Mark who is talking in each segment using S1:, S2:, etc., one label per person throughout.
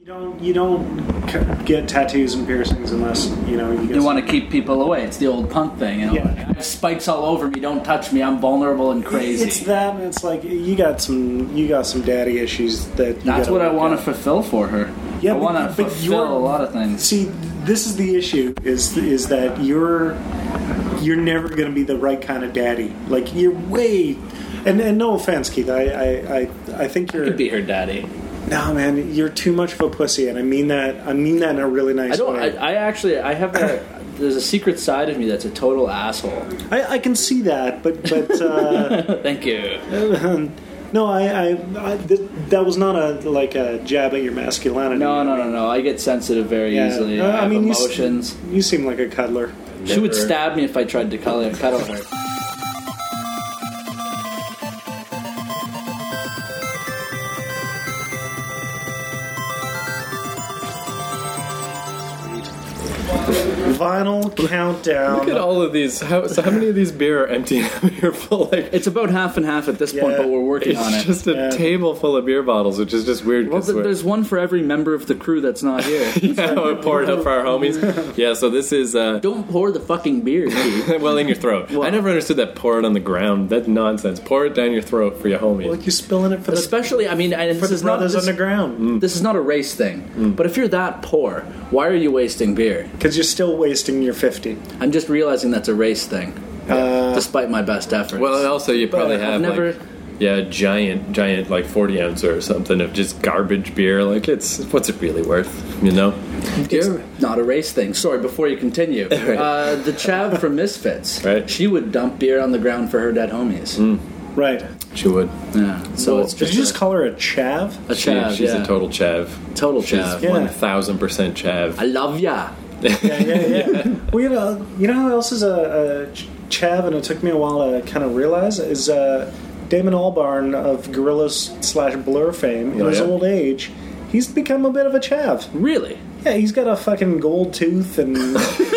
S1: You don't you don't c- get tattoos and piercings unless you know you get.
S2: You want to keep people away. It's the old punk thing, you know.
S1: Yeah.
S2: I have spikes all over me. Don't touch me. I'm vulnerable and crazy.
S1: It's that, and it's like you got some you got some daddy issues that. You
S2: That's
S1: gotta
S2: what I
S1: work
S2: want
S1: out.
S2: to fulfill for her.
S1: Yeah,
S2: I
S1: but-
S2: want to
S1: but you're-
S2: fulfill a lot of things.
S1: See, this is the issue: is is that you're you're never going to be the right kind of daddy. Like you're way, and and no offense, Keith, I I I, I think you're
S3: Could be her daddy.
S1: no man. You're too much of a pussy, and I mean that. I mean that in a really nice
S3: I don't. I,
S1: way.
S3: I actually. I have a. There's a secret side of me that's a total asshole.
S1: I, I, can see that, but but. Uh,
S3: Thank you.
S1: No, I, I, I th- that was not a like a jab at your masculinity.
S3: No, no, no, no. I get sensitive very
S1: Yeah.
S3: easily.
S1: Uh,
S3: I, have
S1: mean, you s-
S3: emotions.
S1: You, seem like a cuddler.
S3: She would
S4: Never-
S3: stab me if I tried to cuddle, cuddle her.
S1: Vinyl countdown.
S4: Look at all of these. How, so how many of these beer are empty? and how many are full? Like
S3: It's about half and half at this point,
S1: Yeah.
S3: but we're working on
S4: it's
S3: it.
S4: just a
S1: Yeah.
S4: table full of beer bottles, which is just weird.
S3: Well,
S4: 'cause
S3: th-
S4: we're-
S3: there's one for every member of the crew that's not here.
S4: yeah, we're pouring out for our homies. Yeah, so this is uh,
S3: Don't pour the fucking beer, dude.
S4: well in your throat. I never understood that. Pour it on the ground. That's nonsense. Pour it down your throat for your homie.
S1: like you're spilling it for the
S3: Especially, I mean, and
S1: for
S3: this
S1: the
S3: is not
S1: brothers
S3: this, Mm.
S1: underground
S3: this is not a race thing. But if you're that poor, why are you wasting beer?
S1: because you're still wasting your fifty.
S3: I'm just realizing that's a race thing, despite my best efforts.
S4: well, and also you probably
S3: I've
S4: have
S3: never-
S4: like yeah, giant, giant like forty ouncer or something of just garbage beer. Like it's what's it really worth? You know.
S3: It's not a race thing. Sorry, before you continue, uh, the chav from Misfits,
S4: Right.
S3: she would dump beer on the ground for her dead homies.
S1: Right.
S4: She would.
S3: Yeah, so it's
S1: Did
S3: just,
S1: you just call her a chav?
S3: a
S4: She-
S3: chav.
S4: she's
S3: yeah.
S4: a total chav.
S3: total chav.
S1: Yeah.
S4: One thousand percent chav.
S3: I love ya.
S1: Yeah, yeah, yeah. well, you know, you know who else is a, a ch- chav, and it took me a while to kind of realize is uh, Damon Albarn of Gorillaz slash Blur fame in
S4: Oh,
S1: his
S4: yeah?
S1: old age. He's become a bit of a chav.
S3: Really?
S1: Yeah, he's got a fucking gold tooth and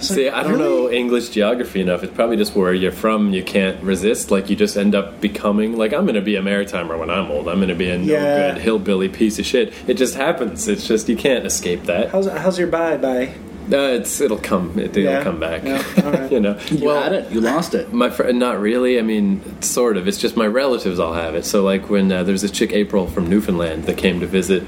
S4: See, I don't know English geography enough. It's probably just where you're from. You can't resist. Like you just end up becoming like I'm going to be a maritimer when I'm old. I'm going to be a no
S1: Yeah.
S4: good hillbilly piece of shit. It just happens. It's just you can't escape that. Uh,
S1: how's how's your bye bye?
S4: it's it'll come. It, it'll
S1: Yeah.
S4: come back.
S1: Yeah, all right.
S4: you know.
S3: You had it. You lost it.
S4: My friend, not really. I mean, sort of. It's just my relatives all have it. So, like, when uh, there's this chick, April from Newfoundland, that came to visit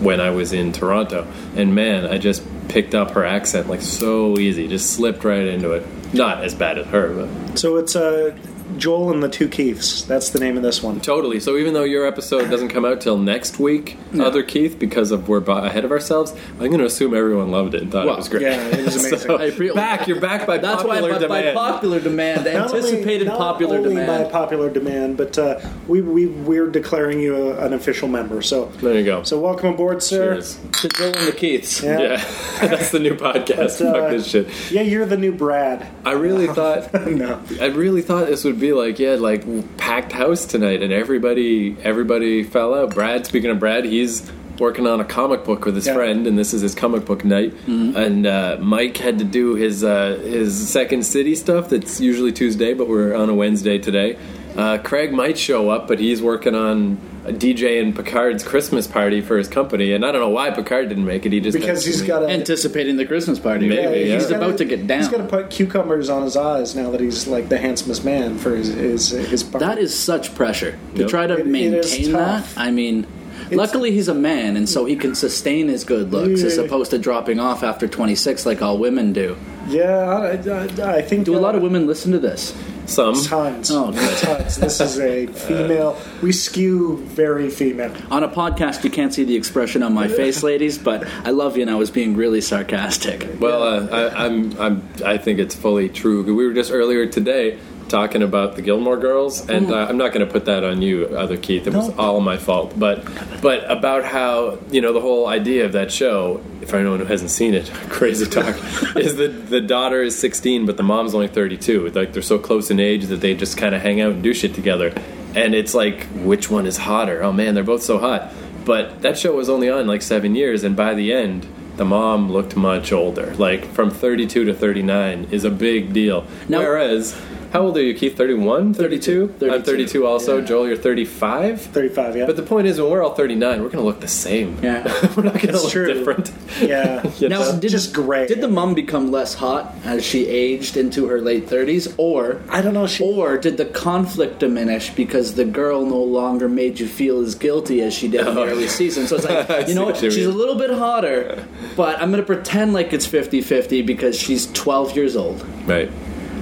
S4: when I was in Toronto, and man, I just picked up her accent like so easy, just slipped right into it. Not as bad as her, but
S1: So it's uh, Joel and the two Keiths. That's the name of this one.
S4: totally. So, even though your episode doesn't come out till next week, other Keith, because of we're bu- ahead of ourselves, I'm going to assume everyone loved it and thought
S3: Well,
S4: it was great.
S1: Yeah, it was amazing.
S3: I appre-
S4: back, you're back by
S3: That's why
S4: popular
S3: by, by
S4: demand.
S3: popular demand,
S1: Not only-
S3: anticipated
S1: not
S3: popular
S1: only by
S3: demand.
S1: popular demand, but uh, we, we we're declaring you a, an official member. So
S4: there you go.
S1: so welcome aboard, sir.
S4: Cheers.
S3: to Joel and the Keiths.
S1: Yeah.
S4: Yeah, that's the new podcast.
S1: But, uh,
S4: Fuck this shit.
S1: Yeah, you're the new Brad.
S4: I really thought
S1: No,
S4: I really thought this would be like yeah, like packed house tonight, and everybody everybody fell out. Brad, speaking of Brad, he's working on a comic book with his
S1: Yeah. Mm-hmm.
S4: friend, and this is his comic book night. And uh, Mike had to do his uh, his Second City stuff. That's usually Tuesday, but we're on a Wednesday today. Uh, Craig might show up, but he's working on a DJ and Picard's Christmas party for his company, and I don't know why Picard didn't make it. He just
S1: because
S4: mentioned
S1: he's
S4: me.
S1: got a.
S3: Anticipating the Christmas party.
S4: Maybe,
S1: yeah,
S4: he's
S1: gotta-
S3: about to get down.
S1: He's got to put cucumbers on his eyes now that he's like the handsomest man for his his, his part.
S3: That is such pressure to
S4: Yep.
S3: try to
S1: It- it is
S3: maintain that.
S1: tough.
S3: I mean, luckily he's a man, and so he can sustain his good looks as
S1: Yeah.
S3: opposed to dropping off after 26 like all women do.
S1: yeah. I, I, I think
S3: Do a lot
S1: uh,
S3: of women listen to this?
S4: some.
S1: tons.
S3: Oh, good.
S1: tons. This is
S4: Uh,
S1: a female. We skew very female.
S3: On a podcast, you can't see the expression on my face, ladies, but I love you, and I was being really sarcastic.
S4: Well, uh, I, I'm, I'm, I think it's fully true. We were just earlier today talking about the Gilmore Girls, and uh, I'm not going to put that on you, other Keith. It was
S1: No.
S4: all my fault, but, but about how you know the whole idea of that show. If anyone who hasn't seen it, crazy talk is that the daughter is 16, but the mom's only 32. Like they're so close in age that they just kind of hang out and do shit together. And it's like, which one is hotter? Oh man, they're both so hot. But that show was only on like seven years, and by the end, the mom looked much older. Like from 32 to 39 is a big deal.
S3: Now-
S4: Whereas, How old are you, Keith? 31? 32?
S3: 32.
S4: I'm 32 also. Joel, you're 35?
S1: 35, yeah.
S4: But the point is, when we're all 39, we're going to look the same.
S3: Yeah.
S4: we're not going to
S1: It's
S4: look
S1: true.
S4: different.
S1: yeah.
S4: You
S3: Now,
S4: know?
S3: did,
S1: Just gray.
S3: Did the mum become less hot as she aged into her late thirties, or
S1: I don't know. She,
S3: or did the conflict diminish because the girl no longer made you feel as guilty as she did in the
S4: Oh.
S3: early season? So it's
S4: I
S3: like, you
S4: see
S3: know
S4: what
S3: what?
S4: you
S3: She's a
S4: mean.
S3: little bit hotter, but I'm going to pretend like it's 50-50 because she's 12 years old.
S4: Right.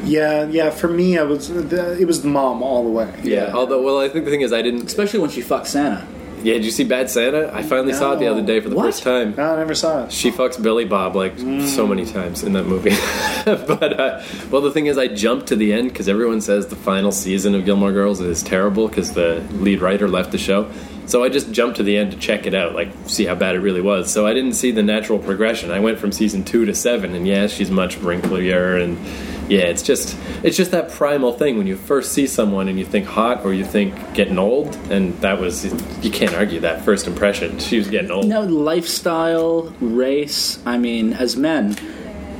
S1: yeah, yeah. For me, I was the, it was the mom all the way.
S4: Yeah. Although, well, I think the thing is, I didn't.
S3: Especially when she fucks Santa.
S4: Yeah, did you see Bad Santa? I finally saw it the other day for the
S3: What?
S4: first time.
S1: No, I never saw it.
S4: She fucks Billy Bob like so many times in that movie. but, uh, well, the thing is, I jumped to the end because everyone says the final season of Gilmore Girls is terrible because the lead writer left the show. So I just jumped to the end to check it out, like see how bad it really was. So I didn't see the natural progression. I went from season two to seven, and yeah, she's much wrinklier, and yeah, it's just it's just that primal thing when you first see someone and you think hot or you think getting old, and that was you can't argue that first impression. She was getting old.
S3: Now, lifestyle, race, I mean, as men,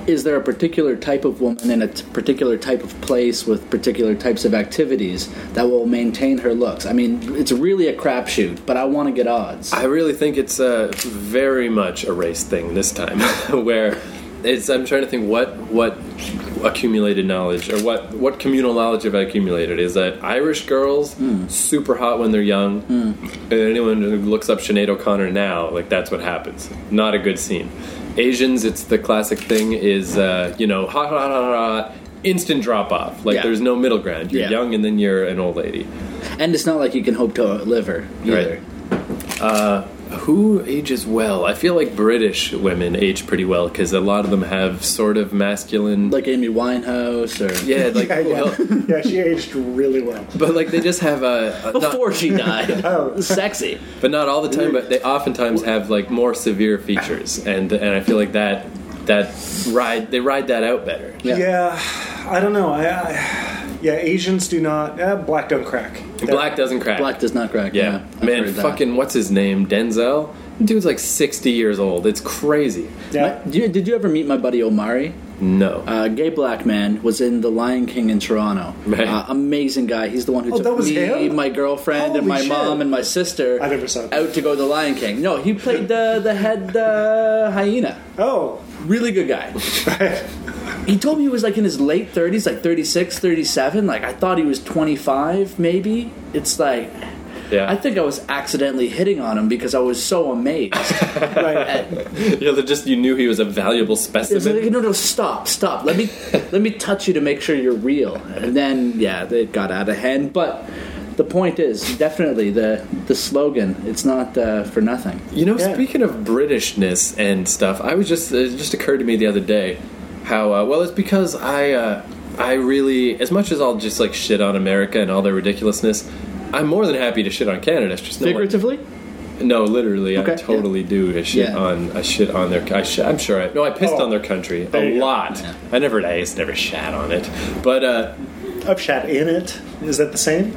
S3: is there a particular type of woman in a t- particular type of place with particular types of activities that will maintain her looks? I mean, it's really a crapshoot, but I want to get odds.
S4: I really think it's uh, very much a race thing this time, where it's. I'm trying to think what what accumulated knowledge or what what communal knowledge have I accumulated is that Irish girls
S3: Hmm.
S4: super hot when they're young, and anyone who looks up Sinead O'Connor now, like that's what happens. Not a good scene. Asians, it's the classic thing is uh, you know hot hot hot hot. hot Instant drop off. Like
S3: Yeah.
S4: there's no middle ground. You're
S3: Yeah.
S4: young and then you're an old lady.
S3: and it's not like you can hope to live her either.
S4: Uh, Who ages well? I feel like British women age pretty well because a lot of them have sort of masculine.
S3: Like Amy Winehouse or.
S4: yeah, like
S1: Yeah, yeah.
S4: well,
S1: yeah, she aged really well.
S4: but like they just have a, a- not-
S3: Before she died.
S1: Oh.
S3: Sexy.
S4: but not all the time. But they oftentimes have like more severe features, and and I feel like that that ride they ride that out better.
S1: Yeah,
S3: Yeah.
S1: I don't know. I, I yeah, Asians do not. Uh, black don't crack.
S4: Black doesn't crack.
S3: Black does not crack.
S4: yeah,
S3: I've
S4: man,
S3: heard that.
S4: fucking what's his name? Denzel. Dude's like sixty years old. It's crazy.
S1: Yeah.
S3: Did you, did you ever meet my buddy Omari?
S4: No.
S3: uh, gay black man was in The Lion King in Toronto.
S4: Right.
S3: Uh, amazing guy. He's the one who
S1: Oh,
S3: took
S1: that was
S3: me,
S1: him?
S3: my girlfriend,
S1: Holy
S3: and my
S1: shit.
S3: mom and my sister
S1: I never saw that.
S3: out to go to The Lion King. No, he played the the head uh, hyena.
S1: Oh,
S3: Really good guy. he told me he was like in his late 30s, like 36, 37. Like I thought he was 25 maybe. It's like
S4: yeah.
S3: I think I was accidentally hitting on him because I was so amazed.
S1: right.
S4: yeah, they're just you knew he was a valuable
S3: It's
S4: specimen.
S3: like, no, no, stop, stop. Let me, let me touch you to make sure you're real. And then, yeah, it got out of hand. But the point is, definitely the the slogan. It's not uh, for nothing.
S4: You know,
S1: Yeah.
S4: speaking of Britishness and stuff, I was just it just occurred to me the other day how uh, well it's because I uh, I really as much as I'll just like shit on America and all their ridiculousness, I'm more than happy to shit on Canada. It's just no one-
S3: Figuratively,
S4: no, literally,
S3: Okay,
S4: I totally do a shit
S3: Yeah.
S4: on a shit on their. I sh- I'm sure. I, no, I pissed
S1: Oh,
S4: on their country
S1: there you
S4: a
S1: go.
S4: lot. I never, I just never shat on it, but. uh
S1: Upshot in it. Is that the same?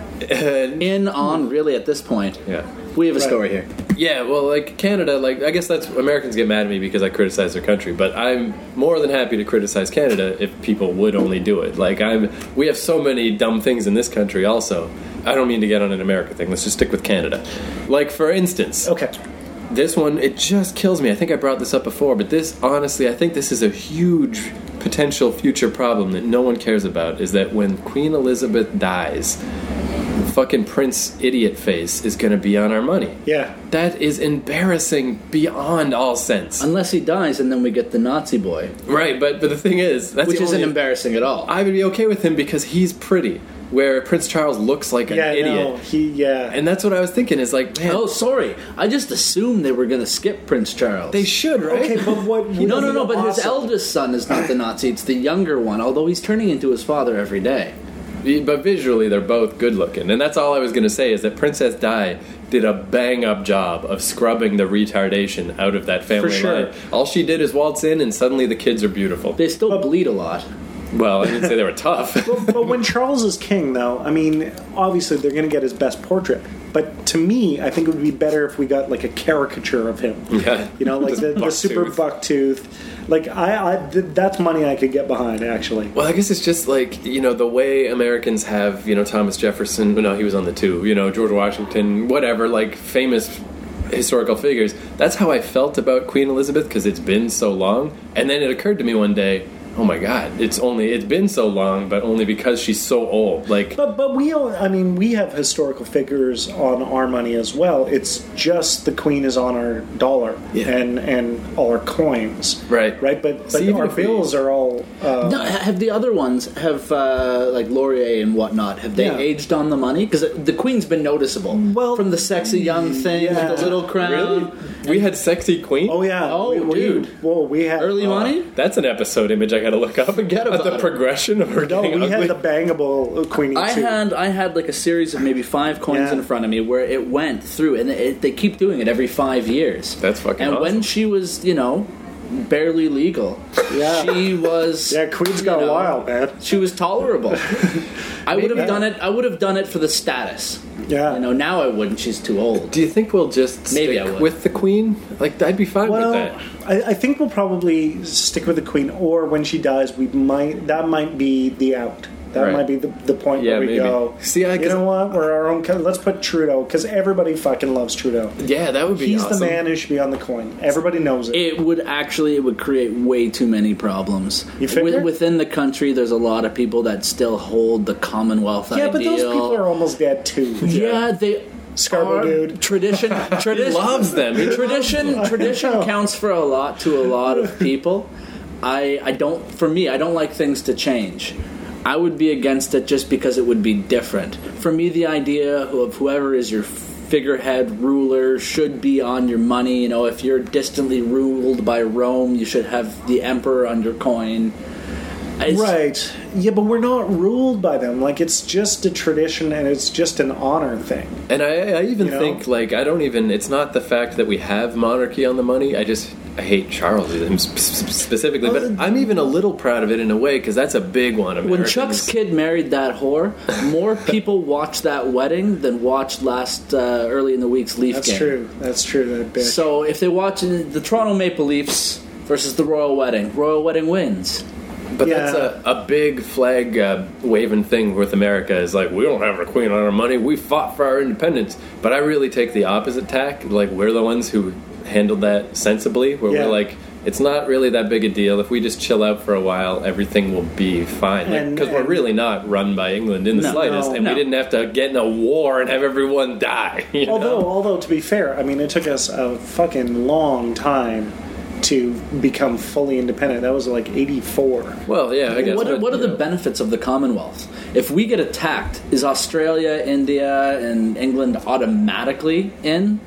S3: in on really at this point.
S4: yeah.
S3: We have a
S1: Right.
S3: story here.
S4: Yeah, well, like Canada, like I guess that's Americans get mad at me because I criticize their country, but I'm more than happy to criticize Canada if people would only do it. Like I'm, we have so many dumb things in this country. Also, I don't mean to get on an America thing. Let's just stick with Canada. Like for instance,
S1: Okay.
S4: this one it just kills me. I think I brought this up before, but this honestly, I think this is a huge potential future problem that no one cares about. Is that when Queen Elizabeth dies, fucking Prince idiot face is going to be on our money.
S1: Yeah.
S4: That is embarrassing beyond all sense.
S3: Unless he dies, and then we get the Nazi boy,
S4: Right, but but the thing is, that's
S3: which
S4: the
S3: isn't
S4: only-
S3: embarrassing at all.
S4: I would be okay with him because he's pretty. Where Prince Charles looks like an
S1: Yeah.
S4: idiot,
S1: No. He. Yeah.
S4: and that's what I was thinking. Is like, man,
S3: oh, sorry. I just assumed they were going to skip Prince Charles.
S4: they should, right?
S1: okay, but what?
S3: no, no, no. But his
S1: Awesome.
S3: eldest son is not the Nazi; it's the younger one. Although he's turning into his father every day.
S4: But visually, they're both good looking, and that's all I was going to say. Is that Princess Di did a bang up job of scrubbing the retardation out of that family
S1: sure.
S4: line. All she did is waltz in, and suddenly the kids are beautiful.
S3: They still bleed a lot.
S4: Well, I didn't say they were tough.
S1: but, but when Charles is king, though, I mean, obviously they're going to get his best portrait. But to me, I think it would be better if we got like a caricature of him.
S4: Yeah.
S1: You know, like
S4: Just
S1: the, the
S4: buck
S1: super
S4: tooth.
S1: buck tooth. Like I, I th- that's money I could get behind actually.
S4: Well, I guess it's just like you know the way Americans have you know Thomas Jefferson. No, he was on the two. You know George Washington, whatever, like famous historical figures. That's how I felt about Queen Elizabeth because it's been so long. And then it occurred to me one day, oh my God, it's only it's been so long, but only because she's so old. Like
S1: But but we all, I mean we have historical figures on our money as well. It's just the queen is on our dollar
S4: Yeah.
S1: and and all our coins.
S4: Right.
S1: Right. But but
S4: See, even
S1: our
S4: if we-
S1: bills are all. Uh,
S3: No, have the other ones have uh, like Laurier and whatnot? Have they
S1: Yeah.
S3: aged on the money? Because the Queen's been noticeable.
S1: Well-
S3: from the sexy young thing
S1: Yeah.
S3: with the little crown.
S4: really, we had sexy queen.
S1: oh yeah.
S3: Oh,
S1: we- we-
S3: dude.
S1: Whoa, we had
S3: Early
S4: Oh.
S1: uh,
S3: money?
S4: That's an episode image I got to look up.
S3: Forget about
S4: the
S3: it.
S4: progression of her
S1: No,
S4: getting
S1: we
S4: ugly.
S1: had the bangable queenie
S3: I
S1: too.
S3: had I had like a series of maybe five coins
S1: Yeah.
S3: in front of me where it went through, and it, they keep doing it every five years.
S4: That's fucking
S3: And
S4: awesome.
S3: when she was, you know, barely legal,
S1: Yeah.
S3: she was.
S1: yeah, Queen's
S3: you
S1: got
S3: know,
S1: wild, man.
S3: She was tolerable. I would
S1: Maybe.
S3: have done it. I would have done it for the status.
S1: Yeah.
S3: You know, now I wouldn't. She's too old.
S4: Do you think we'll just
S3: Maybe
S4: stick
S3: I would.
S4: with the queen? Like I'd be fine
S1: Well,
S4: with that.
S1: I, I think we'll probably stick with the queen, or when she dies, we might. That might be the out. That
S4: Right.
S1: might be the, the point
S4: Yeah,
S1: where we
S4: maybe.
S1: go.
S4: See, I-
S1: you know what? We're our own. co- Let's put Trudeau because everybody fucking loves Trudeau.
S4: Yeah, that would be.
S1: He's
S4: awesome.
S1: the man who should be on the coin. Everybody knows it.
S3: It would actually it would create way too many problems.
S1: You figure?
S3: Wi- within the country, there's a lot of people that still hold the Commonwealth
S1: yeah,
S3: ideal.
S1: but those people are almost dead too.
S3: Yeah, they
S1: Scarborough
S3: are-
S1: dude.
S3: Tradition,
S4: He
S3: tradition,
S4: loves them. He
S3: tradition,
S1: know.
S3: tradition counts for a lot to a lot of people. I, I don't. For me, I don't like things to change. I would be against it just because it would be different. For me, the idea of whoever is your figurehead ruler should be on your money. You know, if you're distantly ruled by Rome, you should have the emperor on your coin. It's-
S1: Right. Yeah, but we're not ruled by them. Like it's just a tradition and it's just an honor thing.
S4: And I, I even
S1: You know?
S4: think like I don't even. It's not the fact that we have monarchy on the money. I just I hate Charles him sp- sp- specifically,
S1: Well,
S4: but I'm even a little proud of it in a way because that's a big one.
S3: When
S4: Americans.
S3: Chuck's kid married that whore, more people watched that wedding than watched last uh, early in the week's Leaf
S1: That's
S3: game.
S1: true. That's true. That bitch.
S3: So if they watch the Toronto Maple Leafs versus the Royal Wedding, Royal Wedding wins.
S4: but
S1: Yeah.
S4: that's a, a big flag uh, waving thing with America is like we don't have a queen on our money. We fought for our independence. But I really take the opposite tack. Like we're the ones who handled that sensibly. Where
S1: Yeah.
S4: we're like. It's not really that big a deal. If we just chill out for a while, everything will be fine.
S1: And-
S4: Because we're
S1: and-
S4: really not run by England in the
S3: No.
S4: slightest,
S1: No.
S4: and
S3: No.
S4: we didn't have to get in a war and have everyone die. you know?
S1: Although, although to be fair, I mean, it took us a fucking long time to become fully independent. That was like '84.
S4: well, yeah, I guess.
S3: What are,
S4: but,
S3: what are
S4: you
S3: the
S4: know.
S3: benefits of the Commonwealth? If we get attacked, is Australia, India, and England automatically in,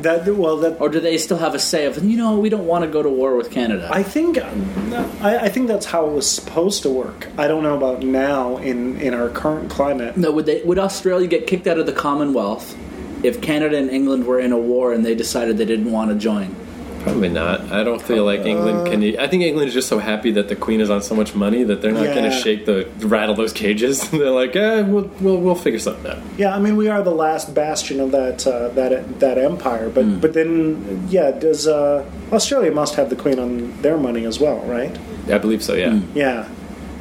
S1: That well, that
S3: or do they still have a say of you know we don't want to go to war with Canada?
S1: I think I, I think that's how it was supposed to work. I don't know about now in in our current climate.
S3: no, would they? Would Australia get kicked out of the Commonwealth if Canada and England were in a war and they decided they didn't want to join?
S4: Probably not. I don't feel like England can. e-, I think England is just so happy that the Queen is on so much money that they're not
S1: Yeah.
S4: going to shake the rattle those cages. they're like, eh, we'll, we'll we'll figure something out.
S1: Yeah, I mean, we are the last bastion of that uh, that that empire. But
S3: Hmm.
S1: but then, yeah, does uh, Australia must have the queen on their money as well, right?
S4: I believe so. Yeah.
S1: Yeah,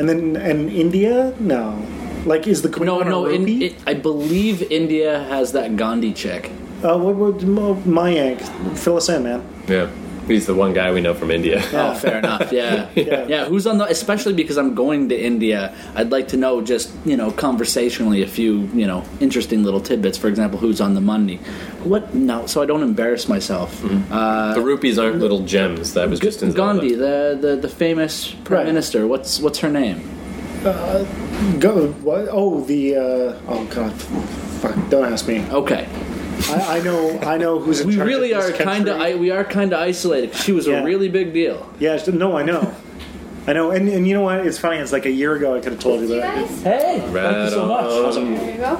S1: and then and India, no. Like, is the queen
S3: No,
S1: on a
S3: no. In,
S1: rupee?
S3: it, I believe India has that Gandhi check.
S1: Uh, what would Mo- Mayank fill us in, man?
S4: Yeah. He's the one guy we know from India.
S3: Oh, fair enough. Yeah.
S1: Yeah.
S3: yeah, Who's on the? Especially because I'm going to India. I'd like to know just you know conversationally a few you know interesting little tidbits. For example, who's on the money? What? No, so I don't embarrass myself. Uh,
S4: the rupees aren't little gems. That was just in Zelda.
S3: Gandhi, the, the the famous prime
S1: Right.
S3: minister. What's what's her name?
S1: Go. What? Oh, the. Uh, oh God. Fuck! Don't ask me.
S3: Okay,
S1: I, I know. I know who's in
S3: we
S1: charge
S3: really
S1: of
S3: are
S1: this
S3: kind
S1: country.
S3: of we are kind of isolated. She was
S1: Yeah.
S3: a really big deal.
S1: Yeah. it's- No, I know. I know. And and you know what? It's funny. It's like a year ago. I could have told you
S5: You
S1: that.
S5: guys,
S2: Hey, thank you
S4: Right
S2: so much.
S4: on.
S5: there you go.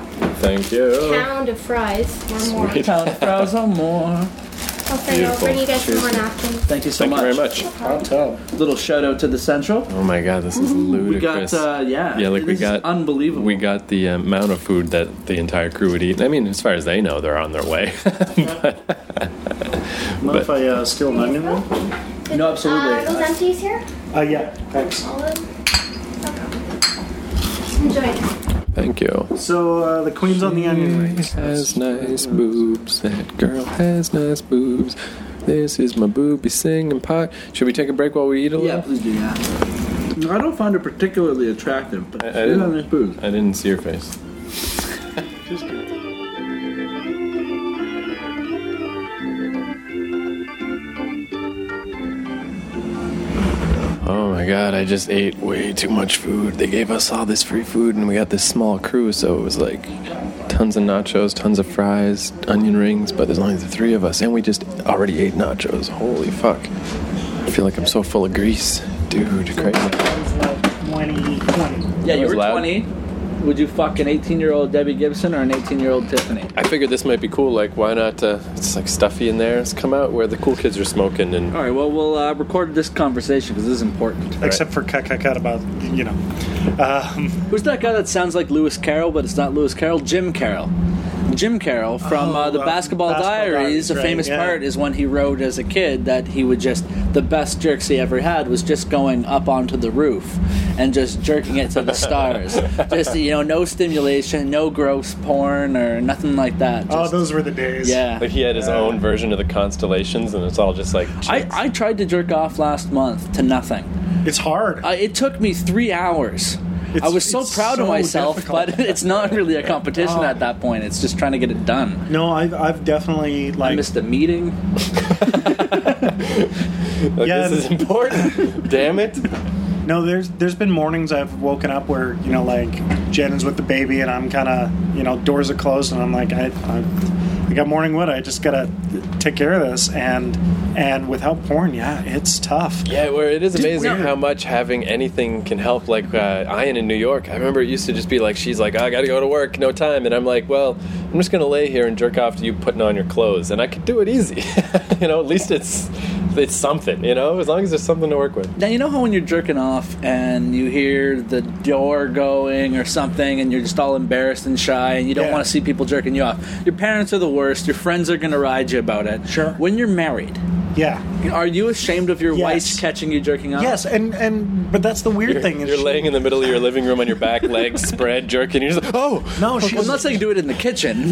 S4: Thank you.
S5: Pound of fries. One more.
S4: Sweet.
S5: It's
S3: Pound fries or more.
S5: I'll send it
S4: Beautiful.
S5: over and you guys
S3: Cheers.
S5: can more napkins.
S3: Thank you so
S4: Thank
S3: much.
S4: you very much.
S1: Hot tub.
S3: Little shout out to the Central.
S4: Oh my god, this is ludicrous.
S3: We got uh, yeah.
S4: Yeah, like we
S3: this is
S4: got-
S3: unbelievable.
S4: We got the uh, amount of food that the entire crew would eat. I mean, as far as they know, they're on their way.
S1: Mind if I uh, steal an onion? Roll?
S3: No, absolutely.
S5: Uh, those empties here?
S1: Uh, yeah, thanks.
S5: All of them? No problem. Enjoy.
S4: Thank you.
S1: So uh, the queen's on the onion rings.
S4: Has nice boobs. That girl has nice boobs. This is my booby singing pot. Should we take a break while we eat a
S3: yeah,
S4: little?
S3: please do that. I don't find her particularly attractive, but
S4: I
S3: she's
S4: didn't-
S3: on this booze.
S4: I didn't see your face. Oh my god, I just ate way too much food. They gave us all this free food and we got this small crew, so it was like tons of nachos, tons of fries, onion rings, but there's only the three of us, and we just already ate nachos. Holy fuck. I feel like I'm so full of grease. Dude, crazy.
S1: Twenty, twenty.
S3: Yeah, you
S4: was
S3: were
S4: loud.
S3: 20. Would you fuck an 18 year old Debbie Gibson or an 18 year old Tiffany?
S4: I figured this might be cool. Like, why not? Uh, it's like stuffy in there. Let's come out where the cool kids are smoking and.
S3: All right, well, we'll uh, record this conversation because this is important.
S1: Except for kakakak about you know. Um,
S3: Who's that guy that sounds like Lewis Carroll, but it's not Lewis Carroll? Jim Carroll. Jim Carroll from
S1: Oh,
S3: uh, the
S1: uh,
S3: Basketball,
S1: Basketball
S3: Diaries.
S1: Diaries,
S3: A
S1: right,
S3: famous
S1: yeah.
S3: part is when he wrote as a kid that he would just the best jerks he ever had was just going up onto the roof and just jerking it to the stars. just you know, no stimulation, no gross porn or nothing like that.
S1: oh,
S3: Just-
S1: those were the days.
S3: yeah.
S4: Like he had his own version of the constellations, and it's all just like.
S3: I, I tried to jerk off last month to nothing.
S1: it's hard.
S3: Uh, it took me three hours. I
S1: It's-
S3: was so
S1: it's
S3: proud of
S1: so
S3: myself,
S1: difficult.
S3: but it's not really a competition
S1: Oh.
S3: at that point. It's just trying to get it done.
S1: no, I've I've definitely
S3: I
S1: like
S3: missed a meeting.
S4: like,
S1: yeah,
S4: this is important. Damn it!
S1: no. There's there's been mornings I've woken up where you know like Jennings with the baby and I'm kind of you know doors are closed and I'm like I, I I got morning wood. I just gotta take care of this and and without porn, yeah, it's tough.
S4: Yeah, where it is amazing
S1: no.
S4: how much having anything can help. Like uh, Ian in New York, I remember it used to just be like, she's like, I gotta go to work, no time, and I'm like, well, I'm just gonna lay here and jerk off to you putting on your clothes, and I could do it easy. you know, at least it's it's something. You know, as long as there's something to work with.
S3: Now you know how when you're jerking off and you hear the door going or something, and you're just all embarrassed and shy, and you don't
S1: Yeah.
S3: want to see people jerking you off. Your parents are the worst. Your friends are going to ride you about it.
S1: Sure.
S3: When you're married,
S1: Yeah.
S3: are you ashamed of your
S1: Yes.
S3: wife catching you jerking off?
S1: Yes, and and but that's the weird
S4: You're,
S1: thing. is
S4: you're
S1: she-
S4: laying in the middle of your living room on your back, legs spread, jerking. You're just like, oh,
S1: No, she's
S3: Well, I'm not saying do it in the kitchen,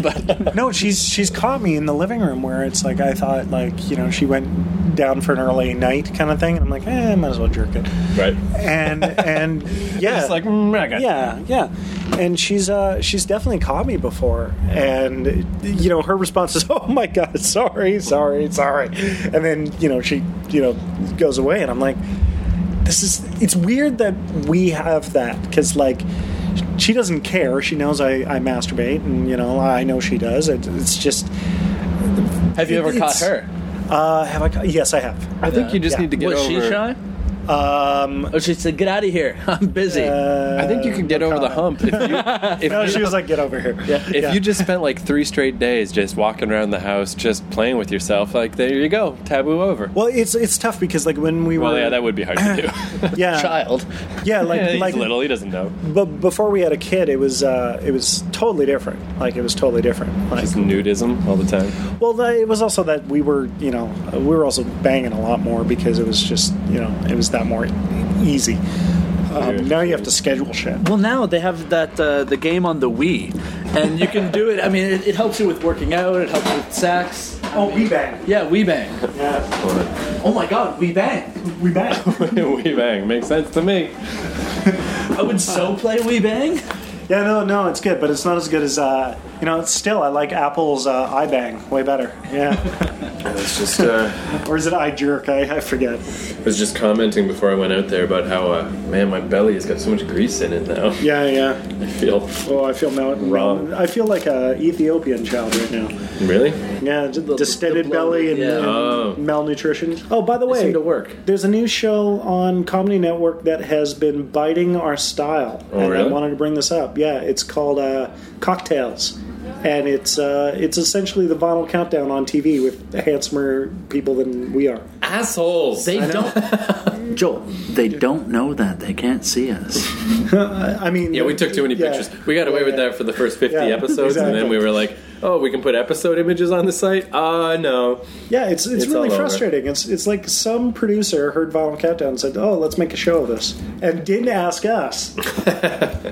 S3: but
S1: no, she's she's caught me in the living room where it's like I thought like you know she went down for an early night kind of thing, and I'm like, eh, might as well jerk it,
S4: right.
S1: and and yeah,
S4: Just like, mm, I got
S1: yeah, yeah, and she's uh she's definitely caught me before, and you know her response is, oh my god, sorry, sorry, sorry, and then you know she you know goes away, and I'm like, this is it's weird that we have that because like she doesn't care she knows I, I masturbate and you know i know she does it, it's just
S3: have you ever caught
S1: It's-
S3: her?
S1: uh have i ca- yes i have
S4: I think you just
S1: Yeah.
S4: need to get
S3: Was
S4: over.
S3: she shy?
S1: um
S3: Oh, she said, "Get out of here! I'm busy."
S4: I think you can get over the hump if you. If
S1: no
S4: you
S1: she was like get over here
S4: if you just spent like three straight days just walking around the house, just playing with yourself, like there you go, taboo over.
S1: well it's it's tough because like when we
S4: Well,
S1: were
S4: yeah, that would be hard to do.
S1: yeah
S3: Child.
S1: yeah like
S4: Yeah, he's
S1: like
S4: little, he doesn't know.
S1: but before we had a kid it was uh it was totally different like it was totally different like
S4: Just nudism all the time.
S1: Well, that, it was also that we were, you know, we were also banging a lot more because it was just, you know, it was that more easy. Um, now you have to schedule shit.
S3: Well, now they have that uh, the game on the Wii, and you can do it. I mean, it, it helps you with working out. It helps with sex.
S1: Oh, we bang.
S3: Yeah, Wii Bang.
S1: Yeah,
S3: Oh my God, Wii Bang!
S1: we bang.
S4: we bang makes sense to me.
S3: I would so play Wii Bang.
S1: yeah, no, no, it's good, but it's not as good as, uh, you know, it's still I like Apple's uh, I bang way better. Yeah,
S4: It's just. Uh,
S1: or is it I jerk? I, I forget.
S4: I was just commenting before I went out there about how, uh, man, my belly has got so much grease in it now.
S1: Yeah, yeah.
S4: I feel
S1: Oh, I feel now.
S4: Wrong.
S1: I feel like a Ethiopian child right now.
S4: really.
S1: Yeah, d- distended
S3: the bloated,
S1: belly and,
S3: yeah.
S1: and
S4: Oh.
S1: malnutrition. Oh, by the way,
S3: seem to work.
S1: There's a new show on Comedy Network that has been biting our style,
S4: Oh,
S1: and I
S4: really?
S1: wanted to bring this up. Yeah, it's called uh, Cocktails. and it's uh, it's essentially the vinyl countdown on TV with handsomer people than we are.
S4: Assholes.
S3: They don't, Joel. They don't know that. They can't see us.
S1: I I mean,
S4: yeah, we took too many
S1: yeah.
S4: pictures. We got away
S1: Yeah,
S4: with
S1: yeah.
S4: that for the first 50
S1: Yeah,
S4: episodes, and then
S1: exactly.
S4: we were like, oh, we can put episode images on the site? Uh, no.
S1: Yeah, it's it's,
S4: It's
S1: really
S4: all over.
S1: frustrating. It's it's like some producer heard Vinyl Countdown and said, "Oh, let's make a show of this," and didn't ask us.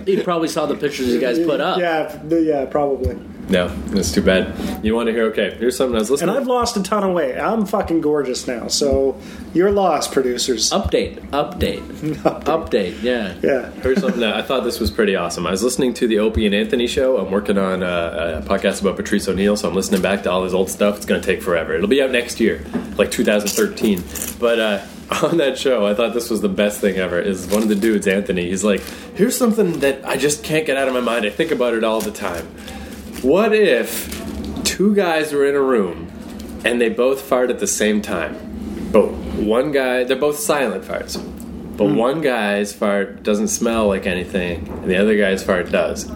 S3: You probably saw the pictures you guys put up.
S1: Yeah, th- yeah, probably.
S4: No, that's too bad. You want to hear, okay, here's something I was
S1: And
S4: listening
S1: I've lost a ton of weight. I'm fucking gorgeous now, so you're lost, producers.
S3: Update. Update. Update. Yeah.
S1: Yeah,
S4: Here's something that I thought this was pretty awesome. I was listening to the Opie and Anthony show. I'm working on a, a podcast about Patrice O'Neill, so I'm listening back to all his old stuff. It's going to take forever. It'll be out next year, like 2013. But uh, on that show, I thought this was the best thing ever. Is one of the dudes, Anthony? He's like, "Here's something that I just can't get out of my mind. I think about it all the time. What if two guys were in a room and they both fired at the same time. But one guy, they're both silent farts. But one guy's fart doesn't smell like anything, and the other guy's fart does.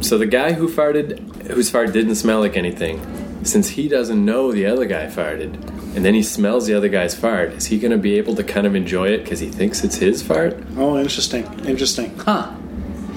S4: So the guy who farted, whose fart didn't smell like anything, since he doesn't know the other guy farted, and then he smells the other guy's fart, is he going to be able to kind of enjoy it because he thinks it's his fart?
S1: Oh, interesting, interesting.
S3: Huh.